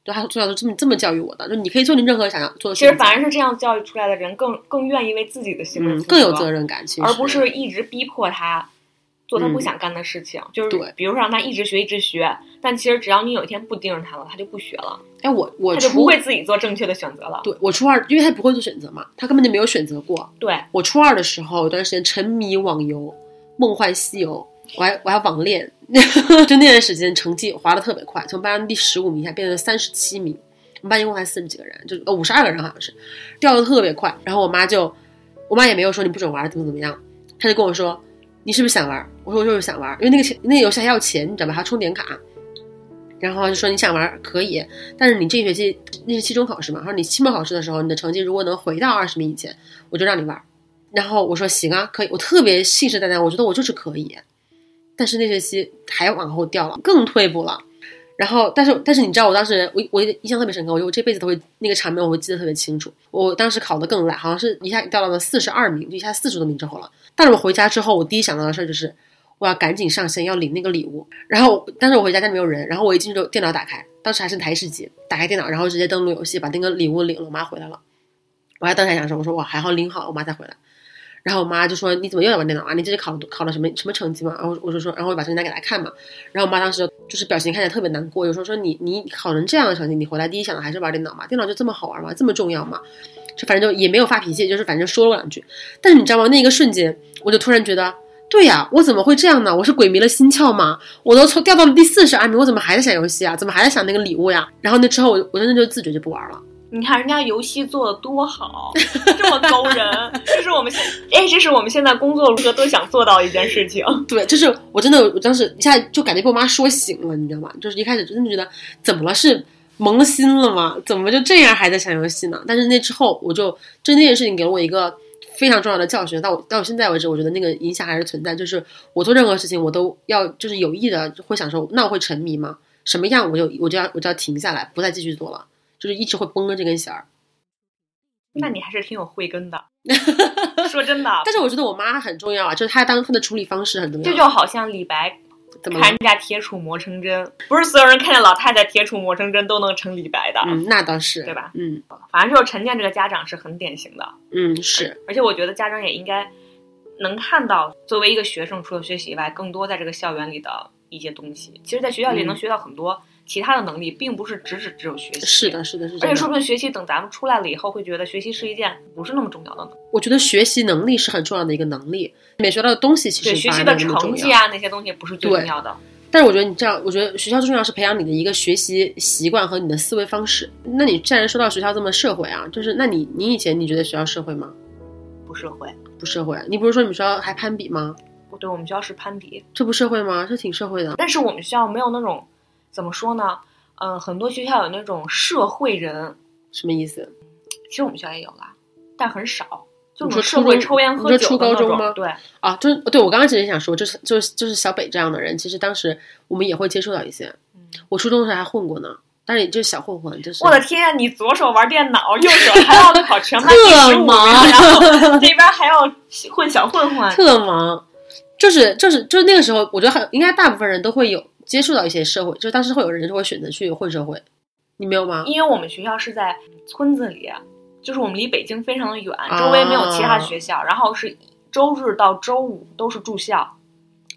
[SPEAKER 2] 就她从小就这么这么教育我的，就你可以做你任何想要做的
[SPEAKER 3] 其
[SPEAKER 2] 选
[SPEAKER 3] 实
[SPEAKER 2] 择，
[SPEAKER 3] 反而是这样教育出来的人更更愿意为自己的行为
[SPEAKER 2] 嗯
[SPEAKER 3] 负
[SPEAKER 2] 更有责任感，其实
[SPEAKER 3] 而不是一直逼迫他做他不
[SPEAKER 2] 嗯
[SPEAKER 3] 想干的事情。就是
[SPEAKER 2] 对
[SPEAKER 3] 比如说让他一直学一直学，但其实只要你有一天不盯着他了，他就不学了，
[SPEAKER 2] 哎，我我
[SPEAKER 3] 他就
[SPEAKER 2] 初
[SPEAKER 3] 不会自己做正确的选择了。
[SPEAKER 2] 对我初二，因为她不会做选择嘛，她根本就没有选择过。
[SPEAKER 3] 对，
[SPEAKER 2] 我初二的时候有段时间沉迷网游，《梦幻西游》，我还我还网恋，就那段时间成绩滑得特别快，从班上第十五名一下变成三十七名，我们班一共才四十几个人，就是呃五十二个人好像是，掉得特别快。然后我妈就，我妈也没有说你不准玩怎么怎么样，她就跟我说你是不是想玩？我说我就是想玩，因为那个钱那个游戏还要钱，你知道吧？还要充点卡。然后她就说你想玩可以，但是你这学期那是期中考试嘛，她说你期末考试的时候，你的成绩如果能回到二十名以前，我就让你玩。然后我说行啊，可以，我特别信誓旦旦，我觉得我就是可以。但是那学期还往后掉了，更退步了。然后，但是但是你知道，我当时我我印象特别深刻，我觉得我这辈子都会那个场面我会记得特别清楚。我当时考得更烂，好像是一下掉到了四十二名，就一下四十多名之后了。但是我回家之后，我第一想到的事儿就是我要赶紧上线要领那个礼物。然后，但是我回家家里没有人，然后我一进去就电脑打开，当时还是台式机，打开电脑，然后直接登录游戏，把那个礼物领了。我妈回来了，我还当时还想说，我说我还好领好了，我妈才回来。然后我妈就说：“你怎么又在玩电脑啊？你这是考了考了什么什么成绩吗？”然后我就说，然后我把成绩单给她看嘛。然后我妈当时就是表情看起来特别难过，有时候说你你考成这样的成绩，你回来第一想的还是玩电脑嘛？电脑就这么好玩吗？这么重要吗？就反正就也没有发脾气，就是反正说了两句。但是你知道吗？那一个瞬间，我就突然觉得，对呀、我怎么会这样呢？我是鬼迷了心窍吗？我都从掉到了第四十二名，我怎么还在想游戏啊？怎么还在想那个礼物呀、然后那之后我，我真的就自觉就不玩了。
[SPEAKER 3] 你看人家游戏做的多
[SPEAKER 2] (laughs)
[SPEAKER 3] 好，这么勾人，这是我们现 (laughs) 哎，这是我们现在工作如何都想做到的一件
[SPEAKER 2] (laughs)
[SPEAKER 3] 事情。
[SPEAKER 2] 对，就是我真的，我当时一下就感觉被我妈说醒了，你知道吗？就是一开始真的觉得怎么了，是蒙了心了吗？怎么就这样还在想游戏呢？但是那之后，我就就那件事情给了我一个非常重要的教训。到我到我现在为止，我觉得那个影响还是存在。就是我做任何事情，我都要就是有意的会想说，那我会沉迷吗？什么样我就我就要我就要停下来，不再继续做了，就是一直会绷着这根弦儿。
[SPEAKER 3] 那你还是挺有慧
[SPEAKER 2] (laughs)
[SPEAKER 3] 根的，说真的，
[SPEAKER 2] 但是我觉得我妈很重要啊，就是她当她的处理方式很重要。
[SPEAKER 3] 这就好像李白
[SPEAKER 2] 怎么了
[SPEAKER 3] 看人家铁杵磨成针，不是所有人看见老太太铁杵磨成针都能成李白的。
[SPEAKER 2] 嗯，那倒是
[SPEAKER 3] 对吧？
[SPEAKER 2] 嗯
[SPEAKER 3] 反正就是陈建这个家长是很典型的，
[SPEAKER 2] 嗯是。
[SPEAKER 3] 而且我觉得家长也应该能看到，作为一个学生，除了学习以外，更多在这个校园里的一些东西。其实，在学校里
[SPEAKER 2] 嗯
[SPEAKER 3] 能学到很多其他的能力，并不是只是只有学习。
[SPEAKER 2] 是，的，是的，是
[SPEAKER 3] 而
[SPEAKER 2] 这
[SPEAKER 3] 且说
[SPEAKER 2] 样。
[SPEAKER 3] 不定学习等咱们出来了以后，会觉得学习是一件不是那么重要的能力。
[SPEAKER 2] 我觉得学习能力是很重要的一个能力，每学到的东西其
[SPEAKER 3] 对，
[SPEAKER 2] 实
[SPEAKER 3] 学
[SPEAKER 2] 反
[SPEAKER 3] 习
[SPEAKER 2] 而
[SPEAKER 3] 的
[SPEAKER 2] 没有那么
[SPEAKER 3] 成
[SPEAKER 2] 重
[SPEAKER 3] 绩
[SPEAKER 2] 要。
[SPEAKER 3] 啊那些东西不是最重
[SPEAKER 2] 对
[SPEAKER 3] 要的。
[SPEAKER 2] 但是我觉得你这样，我觉得学校最重要是培养你的一个学习习惯和你的思维方式。那你既然说到学校这么社会啊，就是那你你以前你觉得学校社会吗？
[SPEAKER 3] 不社会，
[SPEAKER 2] 不社会啊，你不是说你们学校还攀比吗？
[SPEAKER 3] 不对，我们学校是攀比，
[SPEAKER 2] 这不社会吗？这挺社会的。
[SPEAKER 3] 但是我们学校没有那种怎么说呢？嗯、很多学校有那种社会人，
[SPEAKER 2] 什么意思？
[SPEAKER 3] 其实我们学校也有啦，但很少。就
[SPEAKER 2] 你说初
[SPEAKER 3] 那种社会
[SPEAKER 2] 中
[SPEAKER 3] 抽烟
[SPEAKER 2] 你
[SPEAKER 3] 喝
[SPEAKER 2] 说
[SPEAKER 3] 酒
[SPEAKER 2] 初
[SPEAKER 3] 的
[SPEAKER 2] 高
[SPEAKER 3] 那
[SPEAKER 2] 中
[SPEAKER 3] 种
[SPEAKER 2] 吗
[SPEAKER 3] 对，
[SPEAKER 2] 啊，就是对我刚刚其实想说，就是就是就是小北这样的人，其实当时我们也会接触到一些。
[SPEAKER 3] 嗯
[SPEAKER 2] 我初中的时候还混过呢，但是也就是小混混，就是
[SPEAKER 3] 我的天呀！你左手玩电脑，右手还
[SPEAKER 2] (laughs)
[SPEAKER 3] 要考全班第十
[SPEAKER 2] 特
[SPEAKER 3] 五名，
[SPEAKER 2] 忙
[SPEAKER 3] 然后这边还要混小混混。
[SPEAKER 2] 特忙，就是就是就是那个时候，我觉得很应该大部分人都会有接触到一些社会，就是当时会有人就会选择去混社会，你没有吗？
[SPEAKER 3] 因为我们学校是在村子里，就是我们离北京非常的远，
[SPEAKER 2] 啊
[SPEAKER 3] 周围没有其他学校，然后是周日到周五都是住校，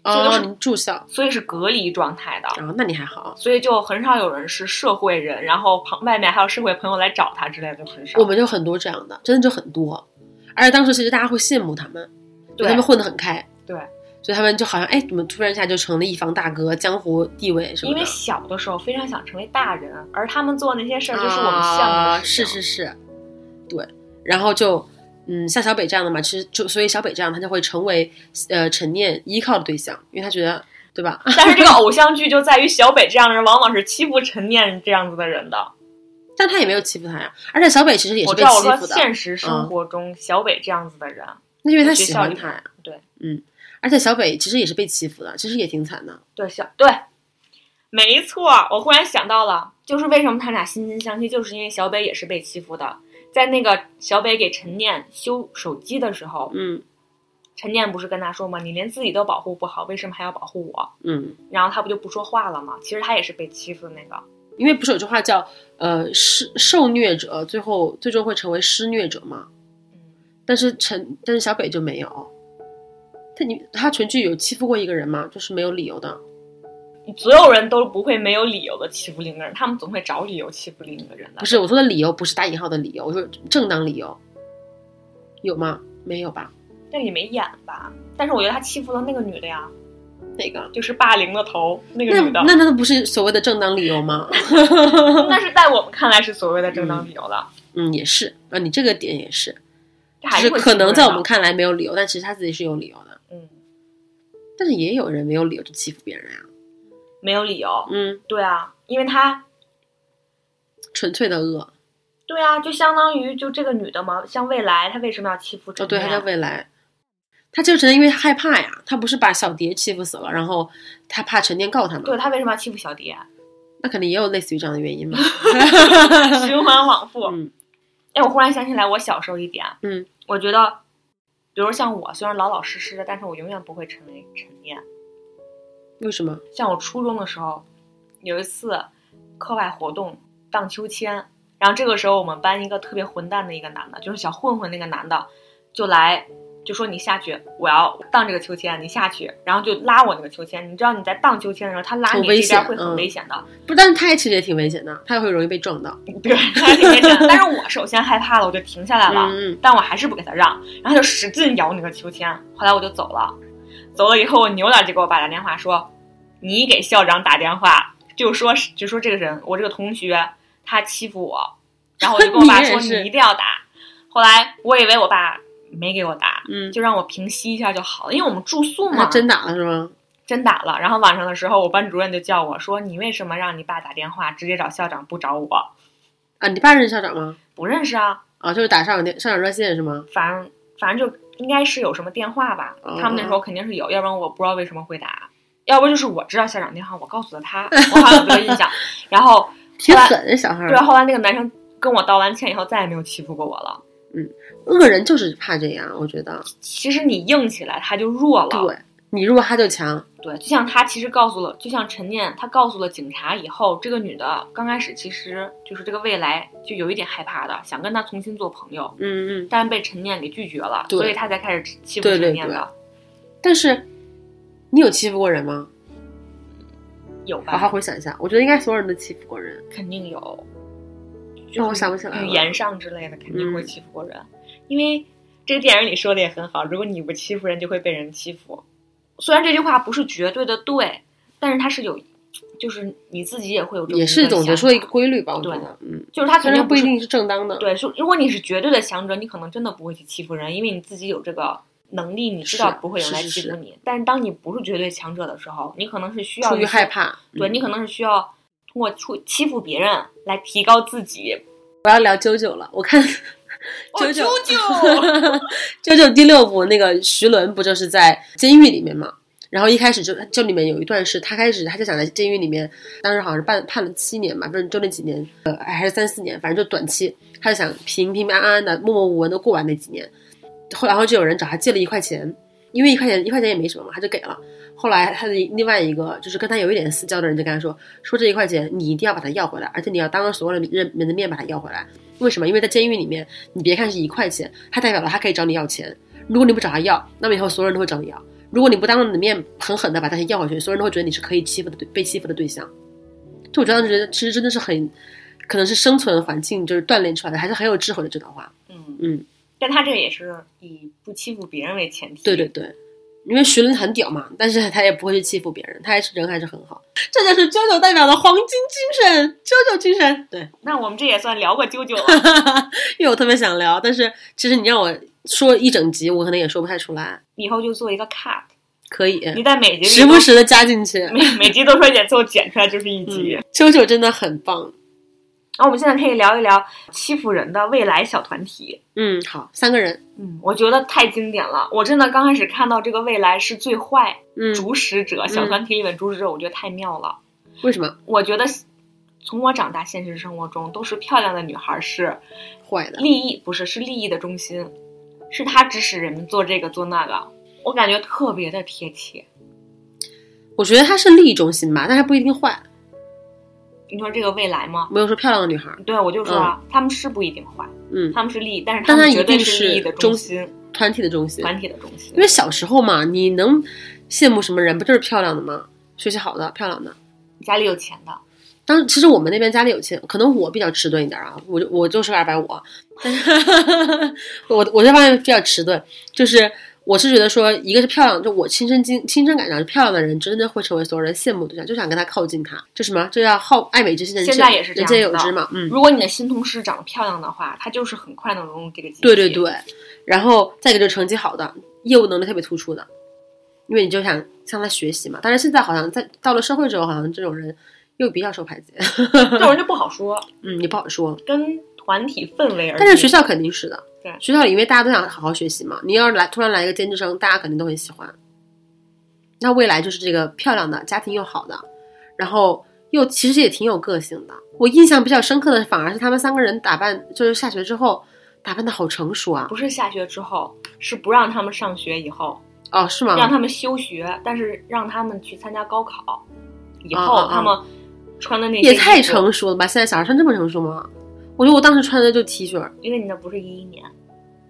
[SPEAKER 3] 这都
[SPEAKER 2] 哦，
[SPEAKER 3] 嗯是
[SPEAKER 2] 你住校
[SPEAKER 3] 所以是隔离状态的。
[SPEAKER 2] 啊、哦？那你还好。
[SPEAKER 3] 所以就很少有人是社会人，然后旁外面还有社会朋友来找他之类的，就很少。
[SPEAKER 2] 我们就很多这样的，真的就很多。而且当时其实大家会羡慕他们，觉得他
[SPEAKER 3] 对
[SPEAKER 2] 们混得很开，
[SPEAKER 3] 对，
[SPEAKER 2] 所以他们就好像哎，怎么突然一下就成了一方大哥，江湖地位什么
[SPEAKER 3] 因
[SPEAKER 2] 的。
[SPEAKER 3] 为小的时候非常想成为大人，而他们做那些事儿就是我们羡慕
[SPEAKER 2] 啊，
[SPEAKER 3] 的
[SPEAKER 2] 是
[SPEAKER 3] 事
[SPEAKER 2] 是
[SPEAKER 3] 情。
[SPEAKER 2] 是，对。然后就嗯，像小北这样的嘛，其实就所以小北这样他就会成为呃陈念依靠的对象，因为他觉得对吧？
[SPEAKER 3] (laughs) 但是这个偶像剧就在于小北这样的人，往往是欺负陈念这样子的人的。
[SPEAKER 2] 但他也没有欺负他呀，而且小北其实也
[SPEAKER 3] 我
[SPEAKER 2] 是
[SPEAKER 3] 知
[SPEAKER 2] 被
[SPEAKER 3] 道，我
[SPEAKER 2] 欺
[SPEAKER 3] 说
[SPEAKER 2] 负的，嗯
[SPEAKER 3] 现实生活中小北这样子的人，
[SPEAKER 2] 那因为他
[SPEAKER 3] 我学
[SPEAKER 2] 喜
[SPEAKER 3] 校
[SPEAKER 2] 欢
[SPEAKER 3] 里
[SPEAKER 2] 他呀。
[SPEAKER 3] 对，
[SPEAKER 2] 嗯，而且小北其实也是被欺负的，其实也挺惨的。
[SPEAKER 3] 对小对，没错。我忽然想到了，就是为什么他俩惺惺相惜，就是因为小北也是被欺负的。在那个小北给陈念修手机的时候，
[SPEAKER 2] 嗯
[SPEAKER 3] 陈念不是跟他说吗？你连自己都保护不好，为什么还要保护我？
[SPEAKER 2] 嗯，
[SPEAKER 3] 然后他不就不说话了吗？其实他也是被欺负的那个。
[SPEAKER 2] 因为不是有句话叫呃施受虐者最后最终会成为施虐者吗？
[SPEAKER 3] 嗯
[SPEAKER 2] 但是陈，但是小北就没有。他你他全剧有欺负过一个人吗？就是没有理由的。
[SPEAKER 3] 啊所有人都不会没有理由的欺负另一个人，他们总会找理由欺负另一个人的
[SPEAKER 2] 不。是我说的理由，不是打引号的理由，我说正当理由，有吗？没有吧？
[SPEAKER 3] 那里没演吧？但是我觉得他欺负了那个女的呀，
[SPEAKER 2] 哪个？
[SPEAKER 3] 就是霸凌的头那个
[SPEAKER 2] 那
[SPEAKER 3] 女的，
[SPEAKER 2] 那那那不是所谓的正当理由吗？
[SPEAKER 3] (laughs)
[SPEAKER 2] (laughs)
[SPEAKER 3] 那是在我们看来是所谓的正当理由了。
[SPEAKER 2] 嗯，也是啊，你这个点也是，就
[SPEAKER 3] 这还
[SPEAKER 2] 是
[SPEAKER 3] 会
[SPEAKER 2] 可能
[SPEAKER 3] 欺负
[SPEAKER 2] 在
[SPEAKER 3] 人啊
[SPEAKER 2] 我
[SPEAKER 3] 的
[SPEAKER 2] 们看来没有理由，但其实他自己是有理由的。
[SPEAKER 3] 嗯
[SPEAKER 2] 但是也有人没有理由就欺负别人啊，
[SPEAKER 3] 没有理由，
[SPEAKER 2] 嗯，
[SPEAKER 3] 对啊，因为他
[SPEAKER 2] 纯粹的恶。
[SPEAKER 3] 对啊，就相当于就这个女的嘛，像未来她为什么要欺负
[SPEAKER 2] 哦，
[SPEAKER 3] 陈
[SPEAKER 2] 对，
[SPEAKER 3] 念？啊
[SPEAKER 2] 他叫未来，他就是因为害怕呀，他不是把小蝶欺负死了，然后他怕陈念告他嘛，
[SPEAKER 3] 对她为什么要欺负小
[SPEAKER 2] (laughs)
[SPEAKER 3] 蝶？
[SPEAKER 2] 那肯定也有类似于这样的原因嘛。
[SPEAKER 3] 循环往复。
[SPEAKER 2] 嗯
[SPEAKER 3] 哎，我忽然想起来，我小时候一点，
[SPEAKER 2] 嗯，
[SPEAKER 3] 我觉得，比如像我，虽然老老实实的，但是我永远不会成为陈念。
[SPEAKER 2] 为什么？
[SPEAKER 3] 像我初中的时候，有一次课外活动荡秋千，然后这个时候我们班一个特别混蛋的一个男的，就是小混混那个男的，就来就说你下去，我要荡这个秋千，你下去，然后就拉我那个秋千。你知道你在荡秋千的时候，他拉
[SPEAKER 2] 很
[SPEAKER 3] 你
[SPEAKER 2] 危
[SPEAKER 3] 这边
[SPEAKER 2] 险
[SPEAKER 3] 会很
[SPEAKER 2] 嗯
[SPEAKER 3] 危险的， (laughs)
[SPEAKER 2] 不，但是他也其实也挺危险的，他也会容易被撞到。
[SPEAKER 3] 对，他还挺危险的。但是我首先害怕了，我就停下来了。
[SPEAKER 2] 嗯
[SPEAKER 3] 但我还是不给他让，然后他就使劲摇那个秋千。后来我就走了，走了以后，我扭脸就给我爸打电话说：“你给校长打电话，就说就说这个人，我这个同学他欺负我。”然后我就跟我爸
[SPEAKER 2] 你也
[SPEAKER 3] 说：“
[SPEAKER 2] 是
[SPEAKER 3] 你一定要打。”后来我以为我爸没给我打，
[SPEAKER 2] 嗯，
[SPEAKER 3] 就让我平息一下就好了，因为我们住宿嘛，
[SPEAKER 2] 那啊真打了是吗？
[SPEAKER 3] 真打了。然后晚上的时候，我班主任就叫我说：“你为什么让你爸打电话，直接找校长不找我
[SPEAKER 2] 啊，你爸认识校长吗？？”
[SPEAKER 3] 不认识啊。
[SPEAKER 2] 啊，就是打校长电校长热线是吗？
[SPEAKER 3] 反正反正就应该是有什么电话吧，
[SPEAKER 2] 嗯
[SPEAKER 3] 他们那时候肯定是有，要不然我不知道为什么会打，要不就是我知道校长电话，我告诉了他，我好像有这个印象。然后
[SPEAKER 2] (laughs) 挺狠的小孩
[SPEAKER 3] 对，啊
[SPEAKER 2] 儿，
[SPEAKER 3] 后来那个男生跟我道完歉以后，再也没有欺负过我了。
[SPEAKER 2] 恶人就是怕这样，我觉得。
[SPEAKER 3] 其实你硬起来，他就弱了。
[SPEAKER 2] 对，你弱他就强。
[SPEAKER 3] 对就像他其实告诉了，就像陈念，他告诉了警察以后，这个女的刚开始其实就是这个未来就有一点害怕的，想跟他重新做朋友，
[SPEAKER 2] 嗯嗯，
[SPEAKER 3] 但是被陈念给拒绝了，
[SPEAKER 2] 对
[SPEAKER 3] 所以他才开始欺负
[SPEAKER 2] 对对
[SPEAKER 3] 陈念
[SPEAKER 2] 对
[SPEAKER 3] 的。
[SPEAKER 2] 但是你有欺负过人吗？
[SPEAKER 3] 有吧？
[SPEAKER 2] 好好回想一下，我觉得应该所有人都欺负过人。
[SPEAKER 3] 肯定有。
[SPEAKER 2] 那我想不起来了
[SPEAKER 3] 语言嗯上之类的肯定
[SPEAKER 2] 嗯
[SPEAKER 3] 会欺负过人，因为这个电影里说的也很好，如果你不欺负人，就会被人欺负。虽然这句话不是绝对的对，但是它是有，就是你自己也会有这种
[SPEAKER 2] 也是总结
[SPEAKER 3] 结
[SPEAKER 2] 出了一个，规律吧，我觉
[SPEAKER 3] 对
[SPEAKER 2] 得，嗯，
[SPEAKER 3] 就是他肯
[SPEAKER 2] 虽然
[SPEAKER 3] 定
[SPEAKER 2] 不一
[SPEAKER 3] 是
[SPEAKER 2] 定是正当的，
[SPEAKER 3] 对，说如果你是绝对的强者，你可能真的不会去欺负人，因为你自己有这个能力，你知道
[SPEAKER 2] 是
[SPEAKER 3] 不会有人来
[SPEAKER 2] 是是
[SPEAKER 3] 欺负你。但是当你不是绝对强者的时候，你可能是需要
[SPEAKER 2] 出于
[SPEAKER 3] 一些
[SPEAKER 2] 害怕，
[SPEAKER 3] 对
[SPEAKER 2] 嗯
[SPEAKER 3] 你可能是需要通过出欺负别人来提高自己。
[SPEAKER 2] 我要聊九九了，我看九 (laughs)
[SPEAKER 3] 哦啾
[SPEAKER 2] 九 (laughs)
[SPEAKER 3] 啾，
[SPEAKER 2] 九九第六部那个徐伦不就是在监狱里面嘛？然后一开始就就里面有一段是他开始他就想在监狱里面，当时好像是判判了七年吧，就是就那几年，呃，还是三四年，反正就短期，他就想平平安安的、默默无闻的过完那几年。后然后就有人找他借了一块钱，因为一块钱一块钱也没什么嘛，他就给了。后来他的另外一个就是跟他有一点私交的人就跟他说，说这一块钱你一定要把它要回来，而且你要当着所有人人人的面把它要回来。为什么？因为在监狱里面，你别看是一块钱，它代表了他可以找你要钱。如果你不找他要，那么以后所有人都会找你要。如果你不当着你的面狠狠的把他要回去，所有人都会觉得你是可以欺负的对被欺负的对象。就我觉得，觉得其实真的是很，可能是生存环境就是锻炼出来的，还是很有智慧的这段话。
[SPEAKER 3] (laughs) 嗯，
[SPEAKER 2] 嗯，
[SPEAKER 3] 但他这也是以不欺负别人为前提。
[SPEAKER 2] 对对对，因为徐伦很屌嘛，但是他也不会去欺负别人，他还是人还是很好。这就是 JoJo 代表的黄金精神，JoJo 精神。对，
[SPEAKER 3] 那我们这也算聊过啾
[SPEAKER 2] (laughs)
[SPEAKER 3] 啾了。
[SPEAKER 2] 因为我特别想聊，但是其实你让我说一整集，我可能也说不太出来。
[SPEAKER 3] 以后就做一个 cut，
[SPEAKER 2] 可以，
[SPEAKER 3] 你在每集里
[SPEAKER 2] 时
[SPEAKER 3] 都
[SPEAKER 2] 不时的加进去。
[SPEAKER 3] 每每集都说演，最后剪出来就是一集。
[SPEAKER 2] 嗯，JoJo 真的很棒。
[SPEAKER 3] 那、我们现在可以聊一聊欺负人的未来小团体。
[SPEAKER 2] 嗯，好，三个人。
[SPEAKER 3] 嗯，我觉得太经典了。我真的刚开始看到这个未来是最坏
[SPEAKER 2] 嗯，
[SPEAKER 3] 主使者小团体里面主使者，我觉得太妙了。
[SPEAKER 2] 为什么
[SPEAKER 3] 我觉得从我长大，现实生活中都是漂亮的女孩是
[SPEAKER 2] 坏的？
[SPEAKER 3] 利益，不是是利益的中心，是她指使人们做这个做那个。我感觉特别的贴切。
[SPEAKER 2] 我觉得她是利益中心吧，但是不一定坏。
[SPEAKER 3] 你说这个未来吗？
[SPEAKER 2] 没有说漂亮的女孩，
[SPEAKER 3] 对，我就说啊，他们是不一定坏，
[SPEAKER 2] 嗯，
[SPEAKER 3] 他们是利益，但是
[SPEAKER 2] 但
[SPEAKER 3] 他
[SPEAKER 2] 他
[SPEAKER 3] 们
[SPEAKER 2] 一
[SPEAKER 3] 绝对
[SPEAKER 2] 定是
[SPEAKER 3] 利益的
[SPEAKER 2] 中
[SPEAKER 3] 中心，
[SPEAKER 2] 团体的中心。
[SPEAKER 3] 团体的中心
[SPEAKER 2] 因。为小时候嘛，你能羡慕什么人？不就是漂亮的吗？学习好的、漂亮的。
[SPEAKER 3] 家里有钱的，
[SPEAKER 2] 当然，其实我们那边家里有钱，可能我比较迟钝一点啊，我就我就是二百五，但是 (laughs) 我我这方面比较迟钝，就是我是觉得说，一个是漂亮，就我亲身经亲身感受到，漂亮的人真的会成为所有人羡慕的对象，就想跟他靠近他，这什么？这叫好爱美之心的人见，
[SPEAKER 3] 现在也是
[SPEAKER 2] 人
[SPEAKER 3] 这样子
[SPEAKER 2] 皆
[SPEAKER 3] 的
[SPEAKER 2] 有之嘛，嗯，
[SPEAKER 3] 如果你的新同事长得漂亮的话，她就是很快能融入这个集体。
[SPEAKER 2] 对对，对，然后再一个就是成绩好的，业务能力特别突出的，因为你就想向他学习嘛。但是现在好像在到了社会之后，好像这种人又比较受排挤， (laughs)
[SPEAKER 3] 这种人就不好说，
[SPEAKER 2] 嗯，也不好说。
[SPEAKER 3] 跟团体氛围而定。
[SPEAKER 2] 但是学校肯定是的，
[SPEAKER 3] 对
[SPEAKER 2] 学校里因为大家都想好好学习嘛，你要是来突然来一个兼职生，大家肯定都很喜欢。那未来就是这个漂亮的，家庭又好的，然后又其实也挺有个性的。我印象比较深刻的反而是他们三个人打扮，就是下学之后打扮的好成熟啊。
[SPEAKER 3] 不是下学之后，是不让他们上学以后，
[SPEAKER 2] 哦，是吗？
[SPEAKER 3] 让他们休学，但是让他们去参加高考以后，
[SPEAKER 2] 啊啊啊
[SPEAKER 3] 他们穿的那些
[SPEAKER 2] 也太
[SPEAKER 3] 衣服，
[SPEAKER 2] 成熟了吧！现在小孩穿这么成熟吗？我觉得我当时穿的就 T 恤儿
[SPEAKER 3] 因为你那不是一一年，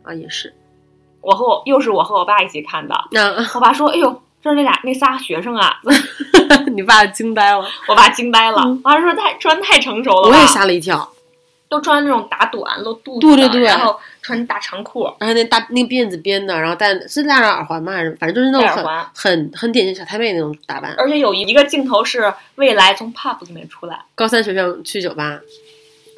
[SPEAKER 2] 啊，也是。
[SPEAKER 3] 我和我又是我和我爸一起看的，
[SPEAKER 2] 那、 (laughs)
[SPEAKER 3] 我爸说：“哎呦。”这那俩那仨学生啊， (laughs)
[SPEAKER 2] 你爸惊呆了，
[SPEAKER 3] 我爸惊呆了。
[SPEAKER 2] 嗯
[SPEAKER 3] 我爸说太穿太成熟了吧，
[SPEAKER 2] 我也吓了一跳。
[SPEAKER 3] 都穿那种打短露肚子
[SPEAKER 2] 对
[SPEAKER 3] 的，
[SPEAKER 2] 对对
[SPEAKER 3] 然后穿大长裤，
[SPEAKER 2] 然后那大那个辫子编的，然后戴是戴着耳环吗？还是反正就是那
[SPEAKER 3] 戴
[SPEAKER 2] 种
[SPEAKER 3] 耳
[SPEAKER 2] 很
[SPEAKER 3] 环
[SPEAKER 2] 很很典型小太妹那种打扮。
[SPEAKER 3] 而且有一个镜头是未来从 pub 里面出来，
[SPEAKER 2] 高三学生去酒吧，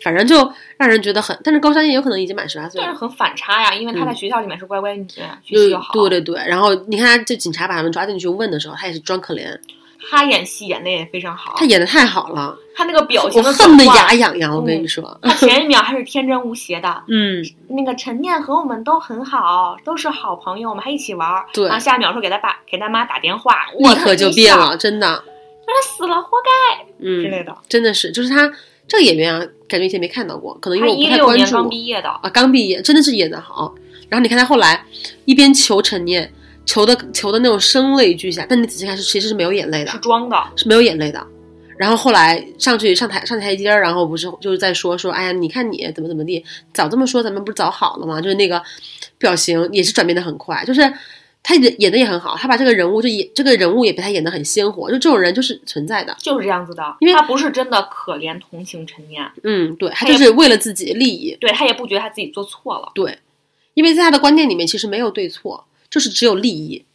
[SPEAKER 2] 反正就让人觉得很，但是高三也有可能已经满十八岁
[SPEAKER 3] 但是
[SPEAKER 2] 了。
[SPEAKER 3] 很反差呀，因为她在
[SPEAKER 2] 嗯
[SPEAKER 3] 学校里面是乖乖女，学
[SPEAKER 2] 就
[SPEAKER 3] 习又好。
[SPEAKER 2] 对对对，然后你看他，这警察把他们抓进去问的时候，他也是装可怜，
[SPEAKER 3] 哦她演戏演的也非常好
[SPEAKER 2] 他，演的太好了，
[SPEAKER 3] 她那个表情
[SPEAKER 2] 我
[SPEAKER 3] 的
[SPEAKER 2] 恨得
[SPEAKER 3] 转换
[SPEAKER 2] 牙痒痒。我跟
[SPEAKER 3] 嗯
[SPEAKER 2] 你说，
[SPEAKER 3] 她前一秒还是天真无邪的，
[SPEAKER 2] 嗯，
[SPEAKER 3] 那个陈念和我们都很好，都是好朋友，我们还一起玩儿。
[SPEAKER 2] 对
[SPEAKER 3] 然后下一秒说给他爸给他妈打电话，
[SPEAKER 2] 立刻就变
[SPEAKER 3] 我
[SPEAKER 2] 了，真的，
[SPEAKER 3] 一下，说他死了活该
[SPEAKER 2] 嗯
[SPEAKER 3] 之，类的。
[SPEAKER 2] 真的是，就是他这个演员啊，感觉以前没看到过，可能因
[SPEAKER 3] 他
[SPEAKER 2] 为我不
[SPEAKER 3] 一
[SPEAKER 2] 太
[SPEAKER 3] 六
[SPEAKER 2] 关
[SPEAKER 3] 年
[SPEAKER 2] 注
[SPEAKER 3] 刚毕业的，
[SPEAKER 2] 啊，刚毕业真的是演的好。然后你看他后来一边求陈念，求的求的那种声泪俱下，但你仔细看是其实是没有眼泪的
[SPEAKER 3] 是，装的，
[SPEAKER 2] 是没有眼泪的。然后后来上去上台上台阶儿，然后不是就是在说说，哎呀，你看你怎么怎么地，早这么说咱们不是早好了吗？就是那个表情也是转变的很快，就是他演演的也很好，他把这个人物就演这个人物也被他演的很鲜活，就这种人就是存在的。
[SPEAKER 3] 就是这样子的。
[SPEAKER 2] 因为
[SPEAKER 3] 他不是真的可怜同情陈念，
[SPEAKER 2] 嗯，对，他
[SPEAKER 3] 他
[SPEAKER 2] 就
[SPEAKER 3] 也
[SPEAKER 2] 是为了自己利益，
[SPEAKER 3] 对他也不觉得他自己做错了。
[SPEAKER 2] 对，因为在他的观念里面其实没有对错，就是只有利益，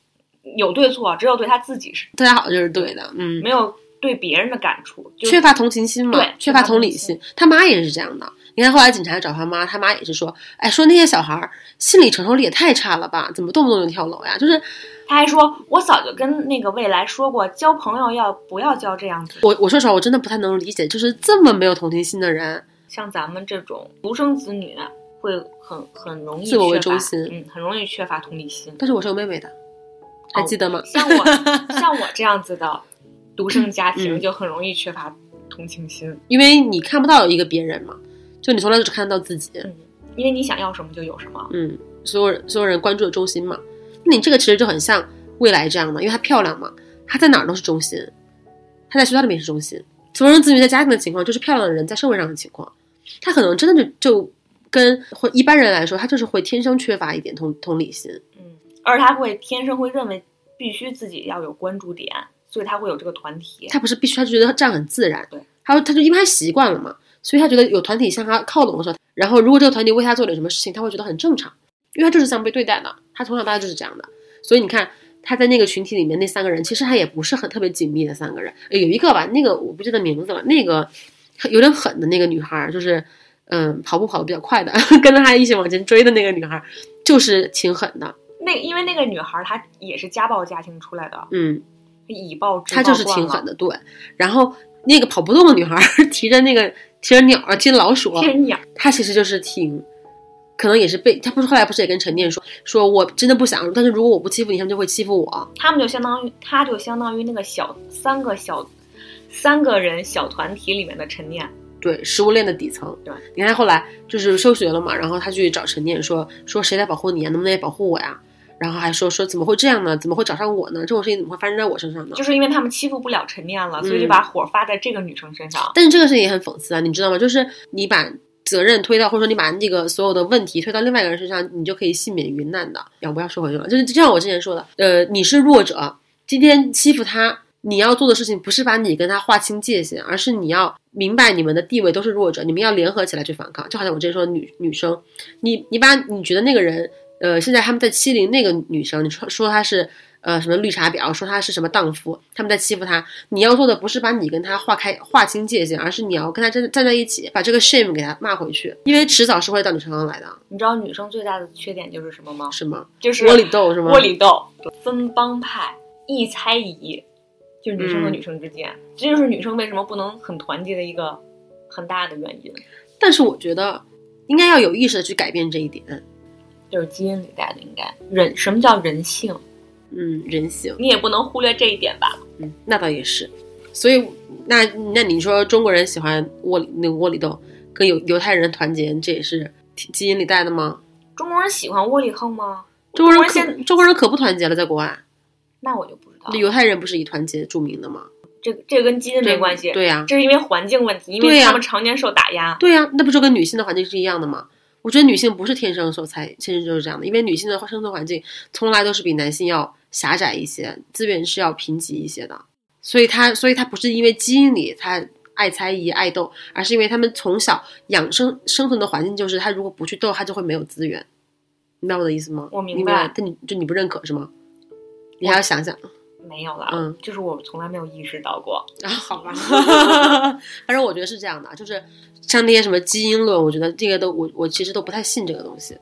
[SPEAKER 3] 有对错，只有对他自己是
[SPEAKER 2] 大家好就是对的，嗯，
[SPEAKER 3] 没有对别人的感触，就
[SPEAKER 2] 缺乏同情心嘛
[SPEAKER 3] 对，
[SPEAKER 2] 缺乏
[SPEAKER 3] 缺乏
[SPEAKER 2] 同
[SPEAKER 3] 同
[SPEAKER 2] 理
[SPEAKER 3] 情
[SPEAKER 2] 心。他妈也是这样的，你看后来警察找他妈，他妈也是说，哎，说那些小孩儿心理承受力也太差了吧，怎么动不动就跳楼呀？就是
[SPEAKER 3] 他还说，我早就跟那个未来说过，交朋友要不要交这样子，
[SPEAKER 2] 我我说实话，我真的不太能理解，就是这么没有同情心的人，
[SPEAKER 3] 像咱们这种独生子女会很很容易
[SPEAKER 2] 自我为
[SPEAKER 3] 缺乏
[SPEAKER 2] 中心
[SPEAKER 3] 嗯，很容易缺乏同理心。
[SPEAKER 2] 但是我是有妹妹的，还记得吗？
[SPEAKER 3] 像我像我这样子的独生家
[SPEAKER 2] 嗯
[SPEAKER 3] 庭就很容易缺乏同情心，
[SPEAKER 2] 因为你看不到一个别人嘛，就你从来都只看得到自己，
[SPEAKER 3] 因为你想要什么就有什么。
[SPEAKER 2] 嗯，所有人所有人关注的中心嘛。那你这个其实就很像未来这样的，因为她漂亮嘛，她在哪儿都是中心，她在学校里面也是中心。从人子女在家庭的情况，就是漂亮的人在社会上的情况。她可能真的就就跟会一般人来说，她就是会天生缺乏一点同同理心。
[SPEAKER 3] 嗯，而他会天生会认为必须自己要有关注点，所以他会有这个团体。
[SPEAKER 2] 她不是必须，她就觉得这样很自然。
[SPEAKER 3] 对，
[SPEAKER 2] 她她就因为她习惯了嘛，所以她觉得有团体向她靠拢的时候，然后如果这个团体为她做点什么事情，她会觉得很正常，因为她就是这样被对待的，她从小到大就是这样的。所以你看，她在那个群体里面那三个人，其实她也不是很特别紧密的三个人，呃有一个吧，那个我不记得名字了，那个有点狠的那个女孩儿，就是嗯跑步跑得比较快的， (laughs) 跟着她一起往前追的那个女孩儿，就是挺狠的，
[SPEAKER 3] 那因为那个女孩她也是家暴家庭出来的，
[SPEAKER 2] 嗯。
[SPEAKER 3] 以暴制暴
[SPEAKER 2] 她就是
[SPEAKER 3] 惯
[SPEAKER 2] 挺
[SPEAKER 3] 了
[SPEAKER 2] 狠的，对。然后那个跑不动的女孩儿 (laughs) 提着那个提着鸟儿、提着老鼠，
[SPEAKER 3] 天鸟，
[SPEAKER 2] 她其实就是挺，可能也是被她不是后来不是也跟陈念说，说我真的不想，但是如果我不欺负你，他们就会欺负我。
[SPEAKER 3] 他们就相当于，他就相当于那个小三个小三个人小团体里面的陈念，
[SPEAKER 2] 对，食物链的底层。
[SPEAKER 3] 对，
[SPEAKER 2] 你看后来就是休学了嘛，然后她去找陈念说，说谁在保护你啊？能不能也保护我呀？然后还说说怎么会这样呢？怎么会找上我呢？这种事情怎么会发生在我身上呢？
[SPEAKER 3] 就是因为他们欺负不了陈念了，所以就
[SPEAKER 2] 嗯
[SPEAKER 3] 把火发在这个女生身上。
[SPEAKER 2] 但是这个事情也很讽刺啊，你知道吗？就是你把责任推到，或者说你把那个所有的问题推到另外一个人身上，你就可以幸免于难的。要不要说回去了？就是就像我之前说的，呃，你是弱者，今天欺负他，你要做的事情不是把你跟他划清界限，而是你要明白你们的地位都是弱者，你们要联合起来去反抗。就好像我之前说的女女生，你你把你觉得那个人，呃，现在他们在欺凌那个女生，你说说她是。呃，什么绿茶婊，说她是什么荡妇，他们在欺负她，你要做的不是把你跟他划开划清界限，而是你要跟他站站在一起，把这个 shame 给他骂回去，因为迟早是会到你身上来的，
[SPEAKER 3] 你知道女生最大的缺点就是什么吗？
[SPEAKER 2] 是吗？
[SPEAKER 3] 就是
[SPEAKER 2] 窝里斗是吗？
[SPEAKER 3] 窝里斗，分帮派，一猜疑，就是女生和
[SPEAKER 2] 嗯
[SPEAKER 3] 女生之间，这就是女生为什么不能很团结的一个很大的原因，
[SPEAKER 2] 但是我觉得应该要有意识的去改变这一点。
[SPEAKER 3] 就是基因里带的。应该人什么叫人性？
[SPEAKER 2] 嗯，人性，
[SPEAKER 3] 你也不能忽略这一点吧？
[SPEAKER 2] 嗯，那倒也是。所以，那那你说中国人喜欢窝里那个窝里斗，跟犹犹太人团结，这也是基因里带的吗？
[SPEAKER 3] 中国人喜欢窝里横吗？
[SPEAKER 2] 中国人
[SPEAKER 3] 中国人
[SPEAKER 2] 可中国人可不团结了，在国外，
[SPEAKER 3] 那我就不知道了
[SPEAKER 2] 那。犹太人不是以团结著名的吗？
[SPEAKER 3] 这个这个跟基因没关系，
[SPEAKER 2] 对啊呀、
[SPEAKER 3] 这是因为环境问题，因
[SPEAKER 2] 对
[SPEAKER 3] 为
[SPEAKER 2] 呀
[SPEAKER 3] 他们常年受打压。
[SPEAKER 2] 对呀、啊那不就跟女性的环境是一样的吗？我觉得女性不是天生受才，天生就是这样的，因为女性的生存环境从来都是比男性要狭窄一些，资源是要贫瘠一些的，所以她，所以她不是因为基因里她爱猜疑、爱斗，而是因为她们从小养生生存的环境就是，她如果不去斗，她就会没有资源。你明白我的意思吗？
[SPEAKER 3] 我明白
[SPEAKER 2] 你但你就你不认可是吗？你还要想想
[SPEAKER 3] 没有了，
[SPEAKER 2] 嗯
[SPEAKER 3] 就是我从来没有意识到过。
[SPEAKER 2] (laughs) 啊，好吧，反正我觉得是这样的，啊就是像那些什么基因论，我觉得这个都我我其实都不太信这个东西。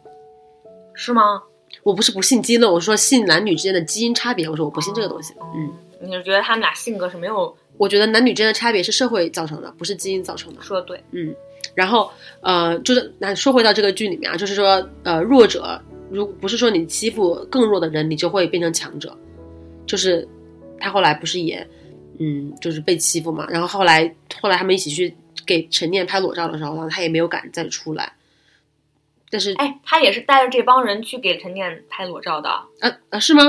[SPEAKER 3] 是吗？
[SPEAKER 2] 我不是不信基因论，我说信男女之间的基因差别，我说我不信这个东西。嗯，
[SPEAKER 3] 哦你是觉得他们俩性格是没有
[SPEAKER 2] 我觉得男女之间的差别是社会造成的，不是基因造成的。
[SPEAKER 3] 说对？
[SPEAKER 2] 然后呃，就是那说回到这个剧里面啊，就是说呃，弱者如不是说你欺负更弱的人，你就会变成强者，就是他后来不是也嗯，就是被欺负嘛，然后后来后来他们一起去给陈念拍裸照的时候，然后他也没有敢再出来。但是
[SPEAKER 3] 哎，他也是带着这帮人去给陈念拍裸照的。
[SPEAKER 2] 啊啊是吗？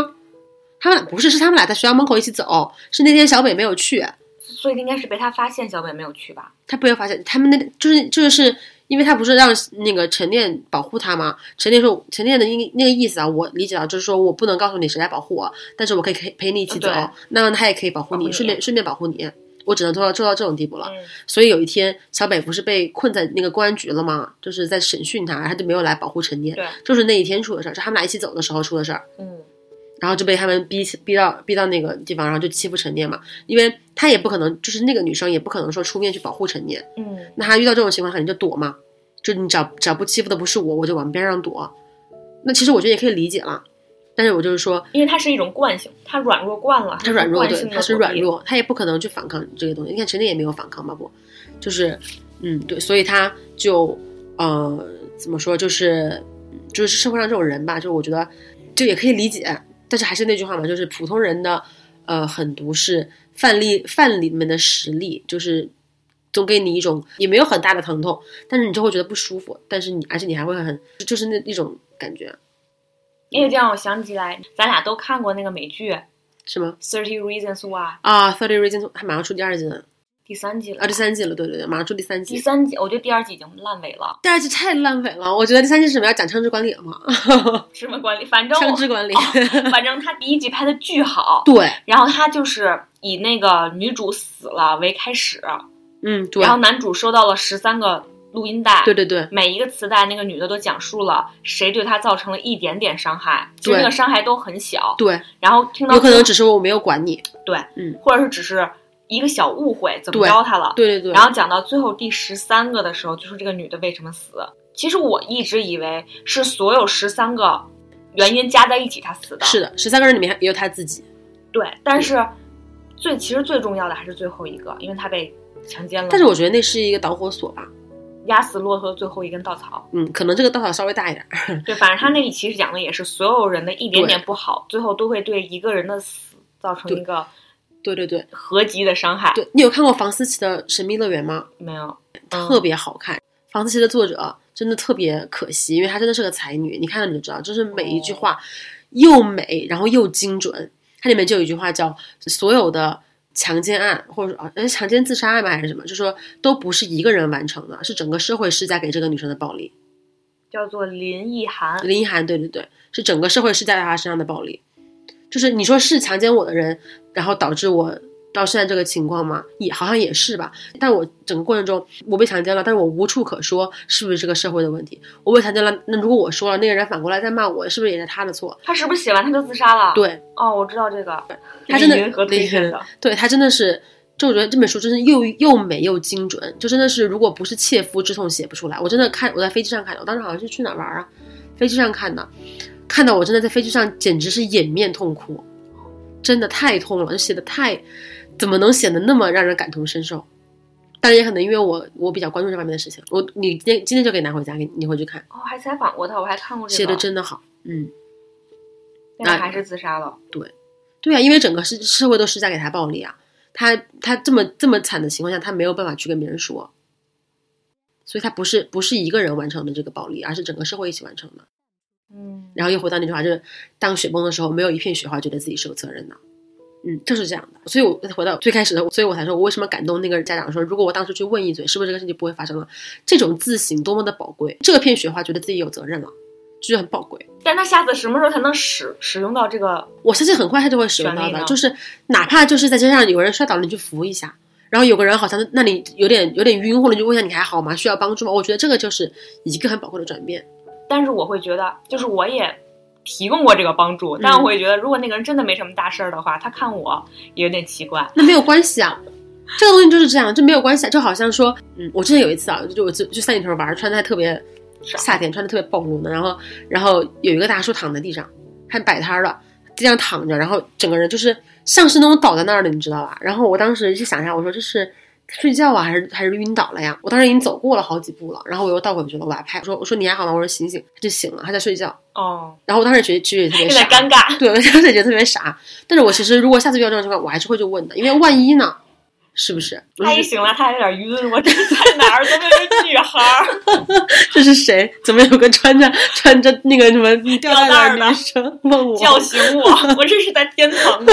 [SPEAKER 2] 他们俩不是，是他们俩在学校门口一起走，是那天小北没有去，
[SPEAKER 3] 所以应该是被他发现小北没有去吧？
[SPEAKER 2] 他被发现，他们那就是就是因为他不是让那个陈念保护他吗？陈念说陈念的那那个意思啊，我理解到就是说我不能告诉你谁来保护我，但是我可以陪陪你一起走
[SPEAKER 3] 嗯对，
[SPEAKER 2] 那么他也可以保护
[SPEAKER 3] 保护
[SPEAKER 2] 你，
[SPEAKER 3] 你
[SPEAKER 2] 顺便顺便保护你。我只能做到做到这种地步了，
[SPEAKER 3] 嗯，
[SPEAKER 2] 所以有一天小北不是被困在那个公安局了吗？就是在审讯他，他就没有来保护陈念，
[SPEAKER 3] 对，
[SPEAKER 2] 就是那一天出的事儿，是他们俩一起走的时候出的事儿。
[SPEAKER 3] 嗯，
[SPEAKER 2] 然后就被他们逼逼到逼到那个地方，然后就欺负陈念嘛，因为他也不可能，就是那个女生也不可能说出面去保护陈念，
[SPEAKER 3] 嗯，
[SPEAKER 2] 那他遇到这种情况肯定就躲嘛，就你只要只要不欺负的不是我，我就往边上躲。那其实我觉得也可以理解啦，但是我就是说
[SPEAKER 3] 因为他是一种惯性，他软弱惯了，
[SPEAKER 2] 他软弱，
[SPEAKER 3] 惯
[SPEAKER 2] 对
[SPEAKER 3] 性，的
[SPEAKER 2] 他是
[SPEAKER 3] 躲避
[SPEAKER 2] 软。弱，他也不可能去反抗这个东西。你看陈念也没有反抗吧？不，就是嗯，对，所以他就呃怎么说，就是就是社会上这种人吧，就是我觉得就也可以理解，但是还是那句话嘛，就是普通人的呃狠毒是范例范里面的实例，就是总给你一种也没有很大的疼痛，但是你就会觉得不舒服，但是你而且你还会很就是那一种感觉。
[SPEAKER 3] 哎，这让我想起来，咱俩都看过那个美剧《
[SPEAKER 2] 是吗？
[SPEAKER 3] Thirty Reasons Why
[SPEAKER 2] 啊，《Thirty Reasons》还马上出第二季呢，
[SPEAKER 3] 第三季了，
[SPEAKER 2] 啊，第三季了，对对对，马上出第三
[SPEAKER 3] 第
[SPEAKER 2] 季。
[SPEAKER 3] 三季，我觉得第二季已经烂尾了，
[SPEAKER 2] 第二季太烂尾了，我觉得第三季是什么要讲枪支管理了吗？
[SPEAKER 3] 什么管理，反正
[SPEAKER 2] 枪支管理，
[SPEAKER 3] 哦 (laughs) 反正他第一季拍的巨好，
[SPEAKER 2] (laughs) 对，
[SPEAKER 3] 然后他就是以那个女主死了为开始，
[SPEAKER 2] 嗯，对
[SPEAKER 3] 然，后男主收到了十三个录音带，
[SPEAKER 2] 对对对，
[SPEAKER 3] 每一个磁带那个女的都讲述了谁对她造成了一点点伤害，其实
[SPEAKER 2] 对
[SPEAKER 3] 那个伤害都很小，
[SPEAKER 2] 对，
[SPEAKER 3] 然后听到
[SPEAKER 2] 有可能只是我没有管你，
[SPEAKER 3] 对，
[SPEAKER 2] 嗯，
[SPEAKER 3] 或者是只是一个小误会，怎么
[SPEAKER 2] 对
[SPEAKER 3] 着她了，
[SPEAKER 2] 对对对，
[SPEAKER 3] 然后讲到最后第十三个的时候，就是这个女的为什么死。其实我一直以为是所有十三个原因加在一起她死的，
[SPEAKER 2] 是的，十三个人里面还也有他自
[SPEAKER 3] 嗯
[SPEAKER 2] 己，
[SPEAKER 3] 对，但是最其实最重要的还是最后一个，因为她被强奸了，
[SPEAKER 2] 但是我觉得那是一个导火索吧，
[SPEAKER 3] 压死骆驼的最后一根稻草。
[SPEAKER 2] 嗯，可能这个稻草稍微大一点儿，
[SPEAKER 3] 对，反正她那一期讲的也是所有人的一点
[SPEAKER 2] 嗯对
[SPEAKER 3] 点不好，最后都会对一个人的死造成
[SPEAKER 2] 对
[SPEAKER 3] 一个
[SPEAKER 2] 对对对
[SPEAKER 3] 合集的伤害。
[SPEAKER 2] 对，你有看过房思琪的《神秘乐园》吗？
[SPEAKER 3] 没有，
[SPEAKER 2] 特别好看，房思琪的作者真的特别可惜，因为她真的是个才女，你看了你就知道，就是每一句话又美，然后又精准。它里面就有一句话叫“所有的强奸案，或者说啊，呃强奸自杀案吧，还是什么，就说都不是一个人完成的，是整个社会施加给这个女生的暴力。
[SPEAKER 3] 叫做林奕涵，
[SPEAKER 2] 林奕涵，对对对，是整个社会施加在她身上的暴力。就是你说是强奸我的人，然后导致我到现在这个情况吗？也好像也是吧。但我整个过程中，我被强奸了，但是我无处可说，是不是这个社会的问题？我被强奸了，那如果我说了，那个人反过来再骂我，是不是也是他的错？
[SPEAKER 3] 她是不是写完她就自杀了？，
[SPEAKER 2] 对，
[SPEAKER 3] 哦，我知道这个，
[SPEAKER 2] 她真的
[SPEAKER 3] 李银河推荐的。
[SPEAKER 2] 对他真的是，就我觉得这本书真是又又美又精准，就真的是如果不是切肤之痛写不出来。我真的看我在飞机上看的，我当时好像是去哪儿玩儿啊，飞机上看的，看到我真的在飞机上简直是掩面痛哭，真的太痛了，就写的太，怎么能写的那么让人感同身受？当然也可能因为我我比较关注这方面的事情，我你今天今天就给拿回家给你你回去看，
[SPEAKER 3] 哦，还采访过她，我还看过这个，
[SPEAKER 2] 写的真的好，嗯，
[SPEAKER 3] 但是还是自杀了。
[SPEAKER 2] 对啊，因为整个社社会都施加给他暴力啊，他他这么这么惨的情况下，他没有办法去跟别人说，所以他不是不是一个人完成的这个暴力，而是整个社会一起完成的。
[SPEAKER 3] 嗯，
[SPEAKER 2] 然后又回到那句话，就是当雪崩的时候，没有一片雪花觉得自己是有责任的。嗯，就是这样的。所以我回到最开始的，所以我才说我为什么感动那个家长说，如果我当时去问一嘴，是不是这个事情不会发生了？这种自省多么的宝贵，这片雪花觉得自己有责任了，就是很宝贵。
[SPEAKER 3] 但她下次什么时候才能使使用到这个？
[SPEAKER 2] 我相信很快他就会使用到
[SPEAKER 3] 权利
[SPEAKER 2] 的
[SPEAKER 3] 呢，
[SPEAKER 2] 就是哪怕就是在街上有人摔倒了，你去扶一下，然后有个人好像那里有点有点晕，或者你就问一下你还好吗？需要帮助吗？我觉得这个就是一个很宝贵的转变。
[SPEAKER 3] 但是我会觉得，就是我也提供过这个帮助，
[SPEAKER 2] 嗯
[SPEAKER 3] 但我会觉得，如果那个人真的没什么大事儿的话，他看我也有点奇怪。
[SPEAKER 2] 那没有关系啊，这个东西就是这样，就没有关系啊。就好像说，嗯，我之前有一次啊，就我就去三里屯玩，穿的还特别
[SPEAKER 3] 是
[SPEAKER 2] 夏天穿的特别暴露呢，然后然后有一个大叔躺在地上，还摆摊儿了，地上躺着，然后整个人就是像是那种倒在那儿的，你知道吧？然后我当时就想一下，我说这是。睡觉啊，还是还是晕倒了呀？我当时已经走过了好几步了，然后我又倒回去了，我把他拍，我说我说你还好吗？我说醒醒，他就醒了，他在睡觉。
[SPEAKER 3] 哦，
[SPEAKER 2] 然后我当时觉得其实也特别
[SPEAKER 3] 有
[SPEAKER 2] 傻
[SPEAKER 3] 点，尴
[SPEAKER 2] (laughs)
[SPEAKER 3] 尬。
[SPEAKER 2] 对，我当时也觉得特别傻。但是我其实如果下次遇到这种情况，我还是会去问的，因为万一呢，是不是？
[SPEAKER 3] 他一醒来，他还有点晕，我这在哪儿？怎么有个女孩儿？
[SPEAKER 2] 这是谁？怎么有个穿着穿着那个什么吊带
[SPEAKER 3] 嗯带儿
[SPEAKER 2] 的
[SPEAKER 3] 的
[SPEAKER 2] 女生问我？
[SPEAKER 3] 叫醒 (laughs) 我！我这是在天堂吗？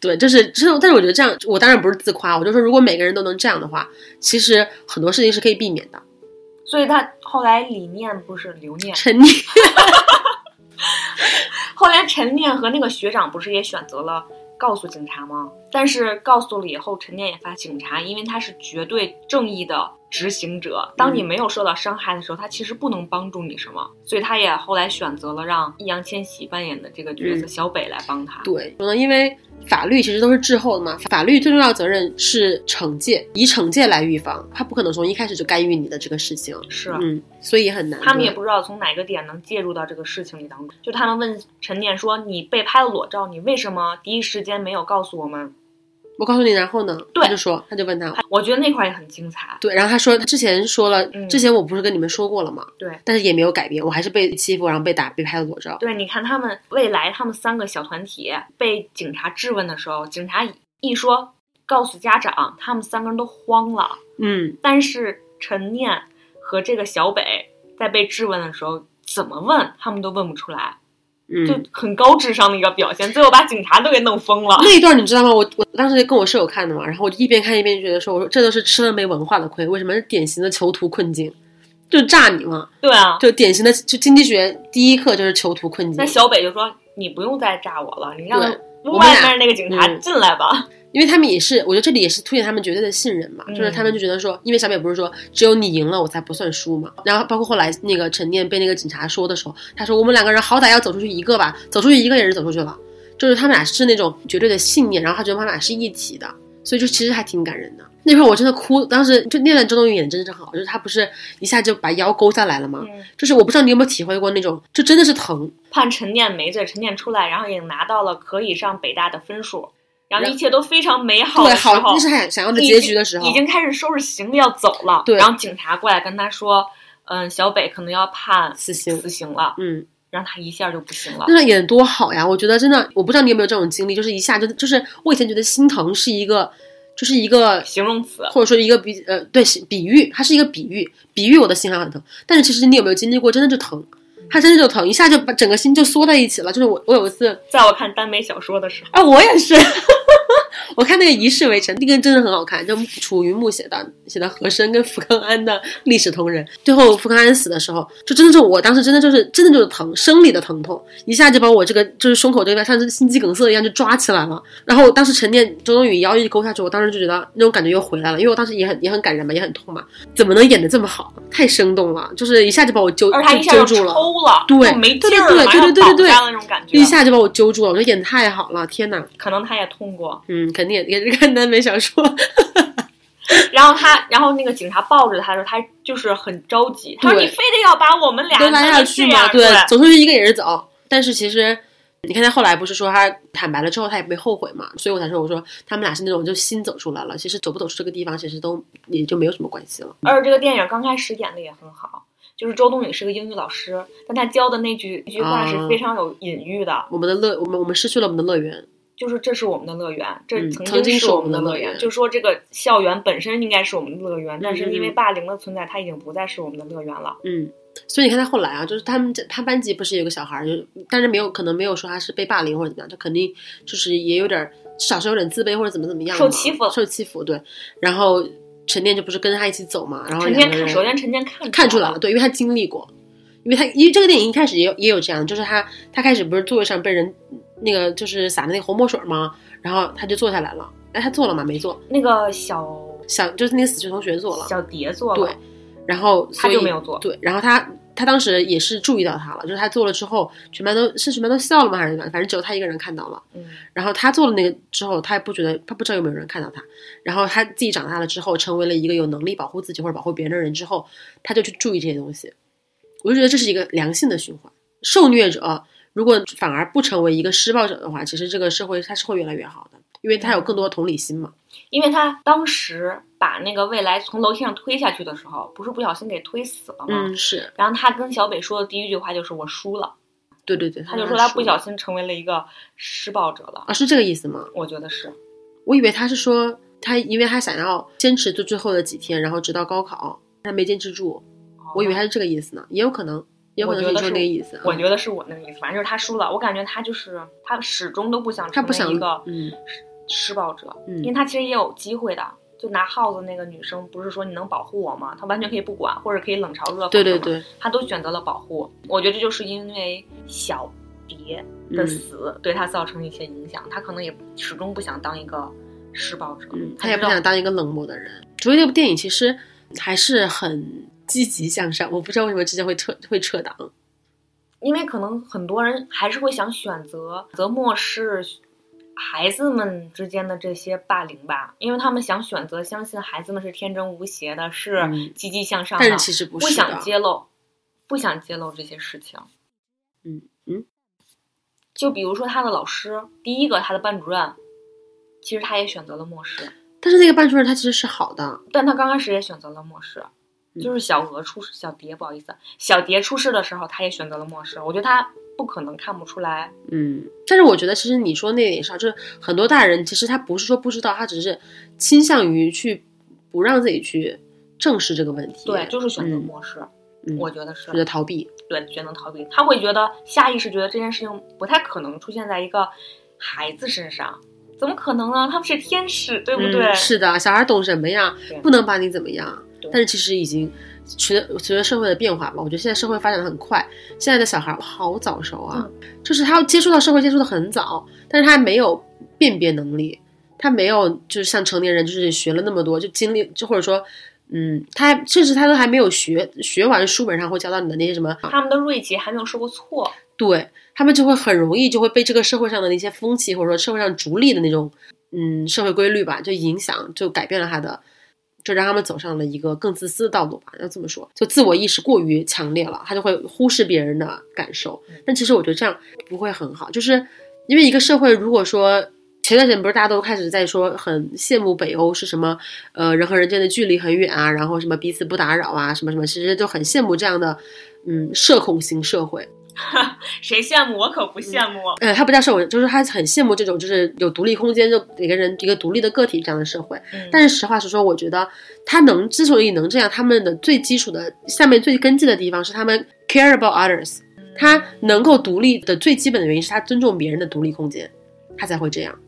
[SPEAKER 2] 对，就是，就是，但是我觉得这样，我当然不是自夸，我就说，如果每个人都能这样的话，其实很多事情是可以避免的。
[SPEAKER 3] (laughs) 所以他后来理念不是留念，
[SPEAKER 2] 沉溺， (laughs)
[SPEAKER 3] 后来陈念和那个学长不是也选择了告诉警察吗？但是告诉了以后，陈念也发警察，因为他是绝对正义的执行者。当你没有受到伤害的时候，他其实不能帮助你什么，所以他也后来选择了让易烊千玺扮演的这个角色
[SPEAKER 2] 嗯
[SPEAKER 3] 小北来帮他。
[SPEAKER 2] 对，可能因为法律其实都是滞后的嘛，法律最重要的责任是惩戒，以惩戒来预防，他不可能从一开始就干预你的这个事情，
[SPEAKER 3] 是。啊
[SPEAKER 2] 嗯，所以也很难。
[SPEAKER 3] 他们也
[SPEAKER 2] 对
[SPEAKER 3] 不知道从哪个点能介入到这个事情里当中。就他们问陈念说：“你被拍了裸照，你为什么第一时间没有告诉我们
[SPEAKER 2] 我告诉你，然后呢？
[SPEAKER 3] 对
[SPEAKER 2] 他就说，他就问他，？”
[SPEAKER 3] 我觉得那块也很精彩。
[SPEAKER 2] 对，然后他说他之前说了，
[SPEAKER 3] 嗯
[SPEAKER 2] 之前我不是跟你们说过了吗？
[SPEAKER 3] 对，
[SPEAKER 2] 但是也没有改变，我还是被欺负，然后被打，被拍了裸照。
[SPEAKER 3] 对，你看他们未来他们三个小团体被警察质问的时候，警察一说告诉家长，他们三个人都慌了。
[SPEAKER 2] 嗯，
[SPEAKER 3] 但是陈念和这个小北在被质问的时候，怎么问他们都问不出来，
[SPEAKER 2] 嗯
[SPEAKER 3] 就，很高智商的一个表现，最后把警察都给弄疯了。 (laughs)
[SPEAKER 2] 那一段你知道吗？我我当时跟我舍友看的嘛，然后我就一边看一边觉得说，我说这都是吃了没文化的亏，为什么是典型的囚徒困境？就是炸你嘛，
[SPEAKER 3] 对啊，
[SPEAKER 2] 就典型的就经济学第一课就是囚徒困境
[SPEAKER 3] 那。小北就说：“你不用再炸我了，你让
[SPEAKER 2] 对我们
[SPEAKER 3] 外
[SPEAKER 2] 俩
[SPEAKER 3] 面那个警察
[SPEAKER 2] 嗯
[SPEAKER 3] 进来吧。
[SPEAKER 2] 因为他们也是，我觉得这里也是凸显他们绝对的信任嘛，就是
[SPEAKER 3] 嗯
[SPEAKER 2] 他们就觉得说，因为小北不是说只有你赢了我才不算输嘛，然后包括后来那个陈念被那个警察说的时候，他说我们两个人好歹要走出去一个吧，走出去一个也是走出去了，就是他们俩是那种绝对的信念，然后他觉得他们俩是一体的，所以就其实还挺感人的。那会儿我真的哭，当时就那段周冬雨演的真的是好，就是她不是一下就把腰勾下来了吗？
[SPEAKER 3] 嗯
[SPEAKER 2] 就是我不知道你有没有体会过那种，就真的是疼，
[SPEAKER 3] (laughs) 判陈念没罪，陈念出来，然后也拿到了可以上北大的分数，然后
[SPEAKER 2] 然
[SPEAKER 3] 一切都非常美好
[SPEAKER 2] 对，
[SPEAKER 3] 的时
[SPEAKER 2] 好，
[SPEAKER 3] 候
[SPEAKER 2] 那，是想想要的
[SPEAKER 3] 已
[SPEAKER 2] 结
[SPEAKER 3] 经
[SPEAKER 2] 局的时候，
[SPEAKER 3] 已经开始收拾行李要走了。
[SPEAKER 2] 对
[SPEAKER 3] 然后警察过来跟他说：“嗯，小北可能要判
[SPEAKER 2] 死刑，
[SPEAKER 3] 死刑了。
[SPEAKER 2] 嗯。”
[SPEAKER 3] 然后他一下就不行了。
[SPEAKER 2] 那演多好呀！我觉得真的，我不知道你有没有这种经历，就是一下就就是我以前觉得心疼是一个，就是一个
[SPEAKER 3] 形容词，
[SPEAKER 2] 或者说一个比呃对是比喻，它是一个比喻，比喻我的心还很疼。但是其实你有没有经历过，真的就疼，它真的就疼，一下就把整个心就缩在一起了。就是我我有一次，
[SPEAKER 3] 在我看耽美小说的时候，
[SPEAKER 2] (laughs) 啊，我也是。我看那个《一世围城》，那个真的很好看，就楚云木写的写的和珅跟福康安的历史同人。最后福康安死的时候，就真的是我当时真的就是真的就是疼，生理的疼痛，一下就把我这个就是胸口这边像是心肌梗塞一样就抓起来了。然后我当时陈念周冬雨腰一勾下去，我当时就觉得那种感觉又回来了，因为我当时也很也很感人嘛，也很痛嘛，怎么能演的这么好？太生动了，就是一下就把我揪
[SPEAKER 3] 而他
[SPEAKER 2] 就
[SPEAKER 3] 一下
[SPEAKER 2] 揪
[SPEAKER 3] 就
[SPEAKER 2] 住了。
[SPEAKER 3] 抽了，
[SPEAKER 2] 对
[SPEAKER 3] 就没劲儿
[SPEAKER 2] 对对对
[SPEAKER 3] 了，马上
[SPEAKER 2] 对对对对对
[SPEAKER 3] 绑架了那种感觉
[SPEAKER 2] 一。下就把我揪住了，我觉得演的太好了，天哪！
[SPEAKER 3] 可能他也痛过，
[SPEAKER 2] 嗯，肯定也也是看耽美小说，
[SPEAKER 3] 然后他，然后那个警察抱着他的时候，他就是很着急，他说：“
[SPEAKER 2] 对
[SPEAKER 3] 你非得要把我们俩
[SPEAKER 2] 都拉
[SPEAKER 3] 弄
[SPEAKER 2] 下
[SPEAKER 3] 成
[SPEAKER 2] 去
[SPEAKER 3] 这
[SPEAKER 2] 嘛，
[SPEAKER 3] 样，
[SPEAKER 2] 对，走出去一个也是走。但是其实，你看他后来不是说他坦白了之后，他也没后悔嘛，所以我才说我说他们俩是那种就心走出来了，其实走不走出这个地方，其实都也就没有什么关系了。
[SPEAKER 3] 而且这个电影刚开始演的也很好，就是周冬雨是个英语老师，但她教的那句一句
[SPEAKER 2] 啊
[SPEAKER 3] 话是非常有隐喻的，
[SPEAKER 2] 我们的乐，我们我们失去了我们的乐园，
[SPEAKER 3] 就是这是我们的乐园，这
[SPEAKER 2] 嗯
[SPEAKER 3] 曾
[SPEAKER 2] 曾经
[SPEAKER 3] 经
[SPEAKER 2] 是
[SPEAKER 3] 是
[SPEAKER 2] 我
[SPEAKER 3] 我
[SPEAKER 2] 们
[SPEAKER 3] 们
[SPEAKER 2] 的
[SPEAKER 3] 的
[SPEAKER 2] 乐
[SPEAKER 3] 乐
[SPEAKER 2] 园
[SPEAKER 3] 园。就说这个校园本身应该是我们的乐园，但
[SPEAKER 2] 嗯
[SPEAKER 3] 是
[SPEAKER 2] 嗯
[SPEAKER 3] 因为
[SPEAKER 2] 嗯
[SPEAKER 3] 霸凌的存在，它已经不再是我们的乐园了。
[SPEAKER 2] 嗯。所以你看他后来啊，就是他们这他班级不是有个小孩儿，就是但是没有可能没有说他是被霸凌或者怎么样，他肯定就是也有点儿至少是有点自卑或者怎么怎么样嘛
[SPEAKER 3] 受欺负了
[SPEAKER 2] 受欺负对。然后陈念就不是跟着他一起走嘛，然后
[SPEAKER 3] 陈
[SPEAKER 2] 两
[SPEAKER 3] 建
[SPEAKER 2] 个
[SPEAKER 3] 看，
[SPEAKER 2] 人
[SPEAKER 3] 首先陈建看
[SPEAKER 2] 看出
[SPEAKER 3] 出
[SPEAKER 2] 来
[SPEAKER 3] 来
[SPEAKER 2] 了，，对，因为他经历过，因为他因为这个电影一开始也有也有这样，就是他他开始不是座位上被人那个就是撒的那个红墨水吗？然后他就坐下来了，哎，他坐了吗？没坐，
[SPEAKER 3] 那个小
[SPEAKER 2] 想就是那个死去同学坐了，
[SPEAKER 3] 小蝶做
[SPEAKER 2] 对
[SPEAKER 3] 了，，
[SPEAKER 2] 然后
[SPEAKER 3] 他
[SPEAKER 2] 所以
[SPEAKER 3] 就没有做
[SPEAKER 2] 对，然后他他当时也是注意到他了，就是他做了之后，全班都是全班都笑了吗？还是怎么样？反正只有他一个人看到了。
[SPEAKER 3] 嗯，
[SPEAKER 2] 然后他做了那个之后，他也不觉得，他不知道有没有人看到他。然后他自己长大了之后，成为了一个有能力保护自己或者保护别人的人之后，他就去注意这些东西。我就觉得这是一个良性的循环。受虐者如果反而不成为一个施暴者的话，其实这个社会它是会越来越好的，因为他有更多的同理心嘛。
[SPEAKER 3] 因为他当时把那个未来从楼梯上推下去的时候，不是不小心给推死了吗？
[SPEAKER 2] 嗯，是
[SPEAKER 3] 然后他跟小北说的第一句话就是“我输了”，
[SPEAKER 2] 对对对，
[SPEAKER 3] 他就说他不
[SPEAKER 2] 想
[SPEAKER 3] 小心成为了一个施暴者了。
[SPEAKER 2] 啊，是这个意思吗？
[SPEAKER 3] 我觉得是，
[SPEAKER 2] 我以为他是说他，因为他想要坚持到最后的几天，然后直到高考，他没坚持住。我以为他是这个意思呢，也有可能，也有可能
[SPEAKER 3] 我
[SPEAKER 2] 你
[SPEAKER 3] 觉得
[SPEAKER 2] 说
[SPEAKER 3] 是
[SPEAKER 2] 那个意思啊。
[SPEAKER 3] 我觉得是我那个意思，反正就是他输了。我感觉他就是他始终都不想
[SPEAKER 2] 他
[SPEAKER 3] 成
[SPEAKER 2] 不想
[SPEAKER 3] 为一个
[SPEAKER 2] 嗯
[SPEAKER 3] 施暴者，因为
[SPEAKER 2] 嗯
[SPEAKER 3] 他其实也有机会的。就拿耗子那个女生，不是说你能保护我吗？她完全可以不管，或者可以冷嘲热讽的嘛。
[SPEAKER 2] 对对对，
[SPEAKER 3] 她都选择了保护。我觉得这就是因为小蝶的
[SPEAKER 2] 嗯
[SPEAKER 3] 死、对她造成一些影响，她可能也始终不想当一个施暴者，
[SPEAKER 2] 嗯，他
[SPEAKER 3] 她
[SPEAKER 2] 也
[SPEAKER 3] 知
[SPEAKER 2] 不
[SPEAKER 3] 道
[SPEAKER 2] 想当一个冷漠的人。所以这部电影其实还是很积极向上，我不知道为什么之前会撤会撤档。
[SPEAKER 3] 因为可能很多人还是会想选择则漠视孩子们之间的这些霸凌吧，因为他们想选择相信孩子们是天真无邪的，是
[SPEAKER 2] 嗯
[SPEAKER 3] 积极向上的，
[SPEAKER 2] 但是其实不
[SPEAKER 3] 不
[SPEAKER 2] 是的
[SPEAKER 3] 想揭露，不想揭露这些事情。
[SPEAKER 2] 嗯嗯，
[SPEAKER 3] 就比如说他的老师，第一个他的班主任，其实他也选择了漠视，
[SPEAKER 2] 但是那个班主任他其实是好的，
[SPEAKER 3] 但他刚开始也选择了漠视，
[SPEAKER 2] 嗯
[SPEAKER 3] 就是小鹅出事，小蝶不好意思，小蝶出事的时候，他也选择了漠视。我觉得他不可能看不出来，
[SPEAKER 2] 嗯，但是我觉得其实你说那点也是啊，就是很多大人其实他不是说不知道，他只是倾向于去不让自己去正视这个问题。
[SPEAKER 3] 对，就是选择
[SPEAKER 2] 嗯
[SPEAKER 3] 漠视。
[SPEAKER 2] 嗯
[SPEAKER 3] 我觉得是
[SPEAKER 2] 觉得逃避，
[SPEAKER 3] 对，觉能逃避，他会觉得下意识觉得这件事情不太可能出现在一个孩子身上，怎么可能呢？他们是天使，对不对？
[SPEAKER 2] 嗯是的，小孩懂什么呀
[SPEAKER 3] 对？
[SPEAKER 2] 不能把你怎么样
[SPEAKER 3] 对。
[SPEAKER 2] 但是其实已经随着随着社会的变化吧，我觉得现在社会发展的很快，现在的小孩好早熟啊，
[SPEAKER 3] 嗯
[SPEAKER 2] 就是他接触到社会接触的很早，但是他没有辨别能力，他没有就是像成年人就是学了那么多，就经历就或者说。嗯，他还甚至他都还没有学学完书本上会教到你的那些什么
[SPEAKER 3] 他们的锐气还没有受过挫，
[SPEAKER 2] 对他们就会很容易就会被这个社会上的那些风气，或者说社会上逐利的那种，嗯，社会规律吧，就影响，就改变了他的，就让他们走上了一个更自私的道路吧。要这么说，就自我意识过于强烈了，他就会忽视别人的感受
[SPEAKER 3] 嗯。
[SPEAKER 2] 但其实我觉得这样不会很好，就是因为一个社会如果说。前段时间不是大家都开始在说很羡慕北欧是什么，呃，人和人之间的距离很远啊，然后什么彼此不打扰啊，什么什么，其实就很羡慕这样的，嗯，社恐型社会。
[SPEAKER 3] 谁羡慕我可不羡慕。
[SPEAKER 2] 呃，他不叫社会，就是他很羡慕这种就是有独立空间，就每个人一个独立的个体这样的社会。
[SPEAKER 3] 嗯
[SPEAKER 2] 但是实话实说，我觉得他能之所以能这样，他们的最基础的下面最根基的地方是他们 care about others，他能够独立的最基本的原因是他尊重别人的独立空间，他才会这样，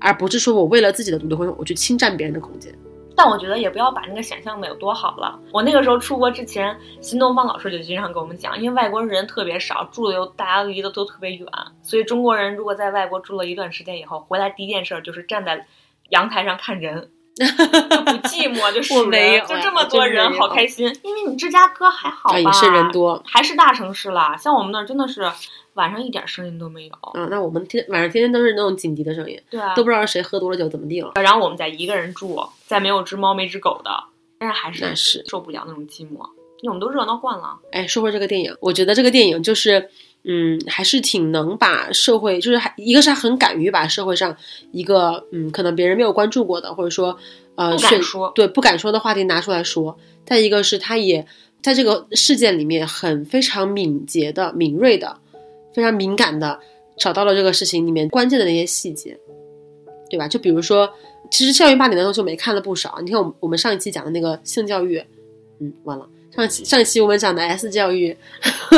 [SPEAKER 2] 而不是说我为了自己的独立空间，我去侵占别人的空间。
[SPEAKER 3] 但我觉得也不要把那个想象的有多好了。我那个时候出国之前，新东方老师就经常跟我们讲，因为外国人特别少，住的又大家离得都特别远，所以中国人如果在外国住了一段时间以后，回来第一件事就是站在阳台上
[SPEAKER 2] (laughs)
[SPEAKER 3] 看人。就不寂寞，就数
[SPEAKER 2] 我没有
[SPEAKER 3] 人，
[SPEAKER 2] 哎
[SPEAKER 3] 就这么多
[SPEAKER 2] 我真
[SPEAKER 3] 人，
[SPEAKER 2] 没有
[SPEAKER 3] 好开心。因为你芝加哥还好吧？
[SPEAKER 2] 啊，也是人，多
[SPEAKER 3] 还是大城市啦。像我们那儿真的是晚上一点声音都没有。
[SPEAKER 2] 啊，那我们天晚上天天都是那种警笛的声音，
[SPEAKER 3] 对啊，
[SPEAKER 2] 都不知道是谁喝多了酒怎么地了。
[SPEAKER 3] 然后我们在一个人住，再没有只猫没只狗的，但是还是
[SPEAKER 2] 那是
[SPEAKER 3] 受不了那种寂寞，因为我们都热闹惯了。
[SPEAKER 2] 哎，说回这个电影，我觉得这个电影就是，嗯，还是挺能把社会，就是还一个是他很敢于把社会上一个，嗯，可能别人没有关注过的，或者说，呃，
[SPEAKER 3] 不敢
[SPEAKER 2] 是
[SPEAKER 3] 说
[SPEAKER 2] 对不敢说的话题拿出来说。再一个是他也在这个事件里面很非常敏捷的、敏锐的、非常敏感的找到了这个事情里面关键的那些细节。对吧？就比如说，其实校园霸凌的东西我们也看了不少。你看，我们我们上一期讲的那个性教育，嗯，完了，上一期上一期我们讲的 S 教育， (laughs)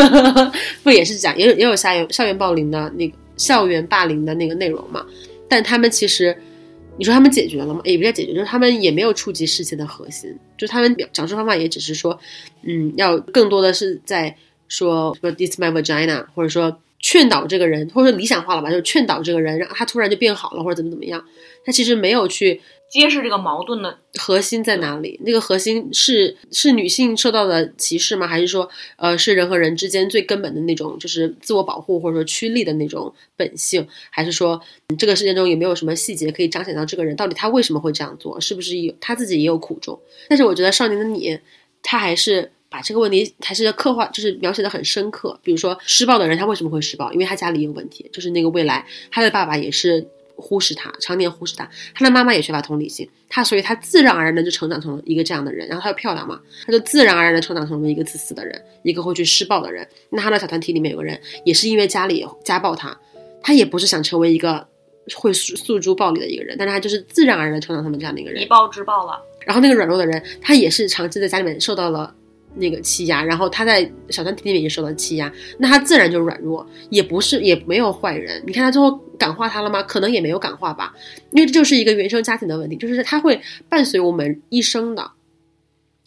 [SPEAKER 2] 不也是讲也有也有校园校园暴凌的那个校园霸凌的那个内容嘛？但他们其实，你说他们解决了吗？也不叫解决，就是他们也没有触及事情的核心，就是他们表讲述方法也只是说，嗯，要更多的是在说什么 “this my vagina”，或者说劝导这个人，或者说理想化了吧，就是劝导这个人，让他突然就变好了，或者怎么怎么样。他其实没有去
[SPEAKER 3] 揭示这个矛盾的，
[SPEAKER 2] 核心在哪里？那个核心是是女性受到的歧视吗？还是说，呃，是人和人之间最根本的那种，就是自我保护或者说趋利的那种本性？还是说，嗯这个事件中有没有什么细节可以彰显到这个人到底他为什么会这样做？是不是有他自己也有苦衷？但是我觉得《少年的你》，他还是。把这个问题还是刻画，就是描写的很深刻。比如说，施暴的人他为什么会施暴？因为他家里有问题，就是那个未来他的爸爸也是忽视他，常年忽视他。他的妈妈也缺乏同理心，他所以他自然而然的就成长成了一个这样的人，然后她又漂亮嘛，他就自然而然的成长成了一个自私的人，一个会去施暴的人。那他的小团体里面有个人也是因为家里家暴他，他也不是想成为一个会诉诉诸暴力的一个人，但是他就是自然而然的成长成了这样的一个人
[SPEAKER 3] 以。暴制暴了。
[SPEAKER 2] 然后那个软弱的人，他也是长期在家里面受到了那个欺压，然后他在小团体里面也受到欺压，那他自然就软弱，也不是也没有坏人。你看他最后感化他了吗？可能也没有感化吧，因为这就是一个原生家庭的问题，就是他会伴随我们一生的。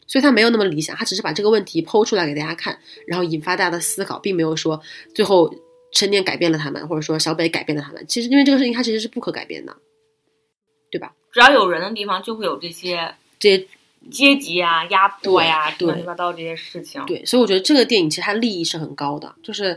[SPEAKER 2] 所以他没有那么理想，他只是把这个问题剖出来给大家看，然后引发大家的思考，并没有说最后陈念改变了他们，或者说小北改变了他们。其实因为这个事情，它其实是不可改变的，对吧？
[SPEAKER 3] 只要有人的地方，就会有这些
[SPEAKER 2] 这些
[SPEAKER 3] 阶级啊、压迫呀、
[SPEAKER 2] 对
[SPEAKER 3] 乱七八糟这些事情。
[SPEAKER 2] 对，所以我觉得这个电影其实它利益是很高的，就是，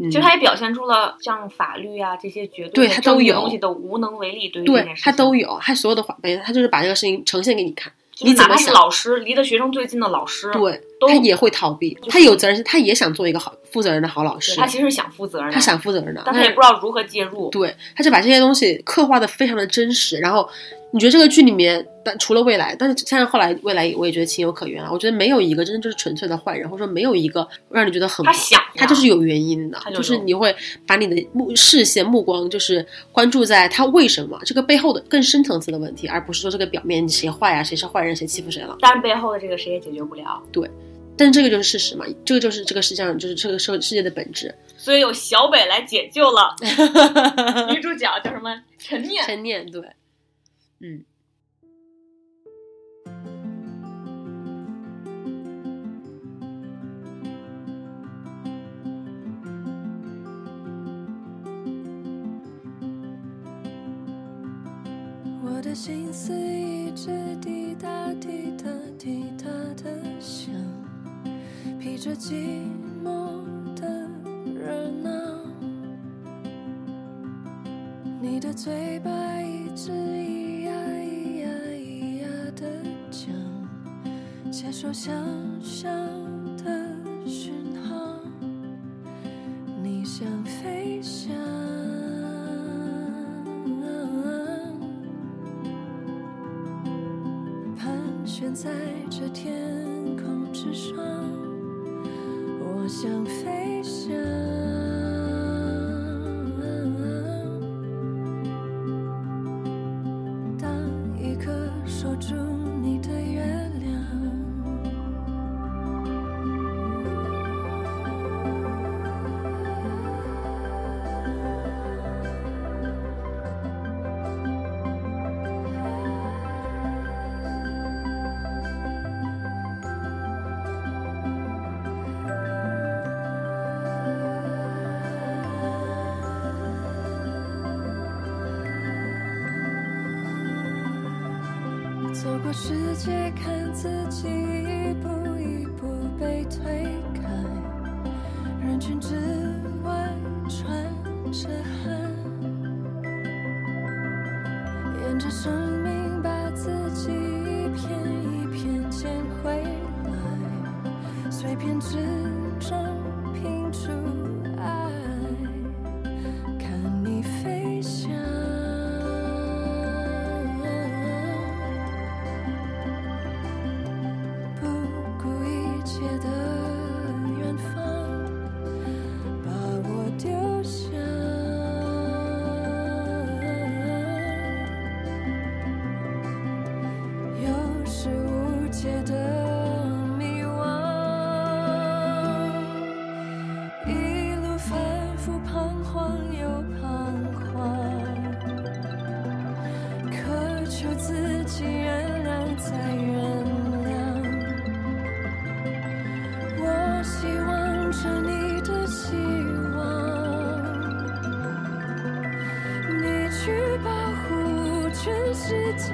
[SPEAKER 2] 嗯，
[SPEAKER 3] 其实它也表现出了像法律啊这些绝
[SPEAKER 2] 对
[SPEAKER 3] 的
[SPEAKER 2] 它
[SPEAKER 3] 正
[SPEAKER 2] 都
[SPEAKER 3] 义的
[SPEAKER 2] 有
[SPEAKER 3] 东西的无能为力，对于这
[SPEAKER 2] 对
[SPEAKER 3] 件事情，
[SPEAKER 2] 它都有，它所有的环，它就是把这个事情呈现给你看，
[SPEAKER 3] 就是
[SPEAKER 2] 你怎
[SPEAKER 3] 哪
[SPEAKER 2] 么
[SPEAKER 3] 怕是
[SPEAKER 2] 想
[SPEAKER 3] 老师，离得学生最近的老师，
[SPEAKER 2] 对，
[SPEAKER 3] 嗯都
[SPEAKER 2] 他也会逃避，他有责任心，他也想做一个好负责任的好老师，
[SPEAKER 3] 他其实想负责任的，
[SPEAKER 2] 他想负责任的，
[SPEAKER 3] 但他也不知道如何介入。
[SPEAKER 2] 对，他就把这些东西刻画的非常的真实。然后你觉得这个剧里面，但除了未来，但是但是后来未来我也觉得情有可原啊。我觉得没有一个真的就是纯粹的坏人，或者说没有一个让你觉得很
[SPEAKER 3] 他想呀
[SPEAKER 2] 他就是有原因的
[SPEAKER 3] 他，
[SPEAKER 2] 就
[SPEAKER 3] 就有
[SPEAKER 2] 是你会把你的目视线目光就是关注在他为什么这个背后的更深层次的问啊题，而不是说这个表面谁坏呀、谁是坏人，谁欺负谁了。
[SPEAKER 3] 但是背后的这个谁也解决不了。
[SPEAKER 2] 但这个就是事实嘛，这个就是这个世界上就是这个世世界的本质。
[SPEAKER 3] 所以有小北来解救了女主角，叫什么陈念。
[SPEAKER 2] 陈念对，嗯。
[SPEAKER 4] 我的心思一直滴答滴答滴答的响，披着寂寞的热闹。你的嘴巴一直咿呀咿呀咿呀的讲，接受想象的讯号。你想飞翔。盘旋在这天空之上，我想飞翔。当一颗守住你的月亮。走过世界，看自己一步一步被推开，人群之外穿着汗，沿着生命把自己一片一片捡回来，碎片之中拼出爱，看你飞翔。不顾一切的远方，把我丢下。有时无解的迷惘，一路反复彷徨又彷徨。渴求自己原谅，再原谅。我希望着你的希望，你去保护全世界。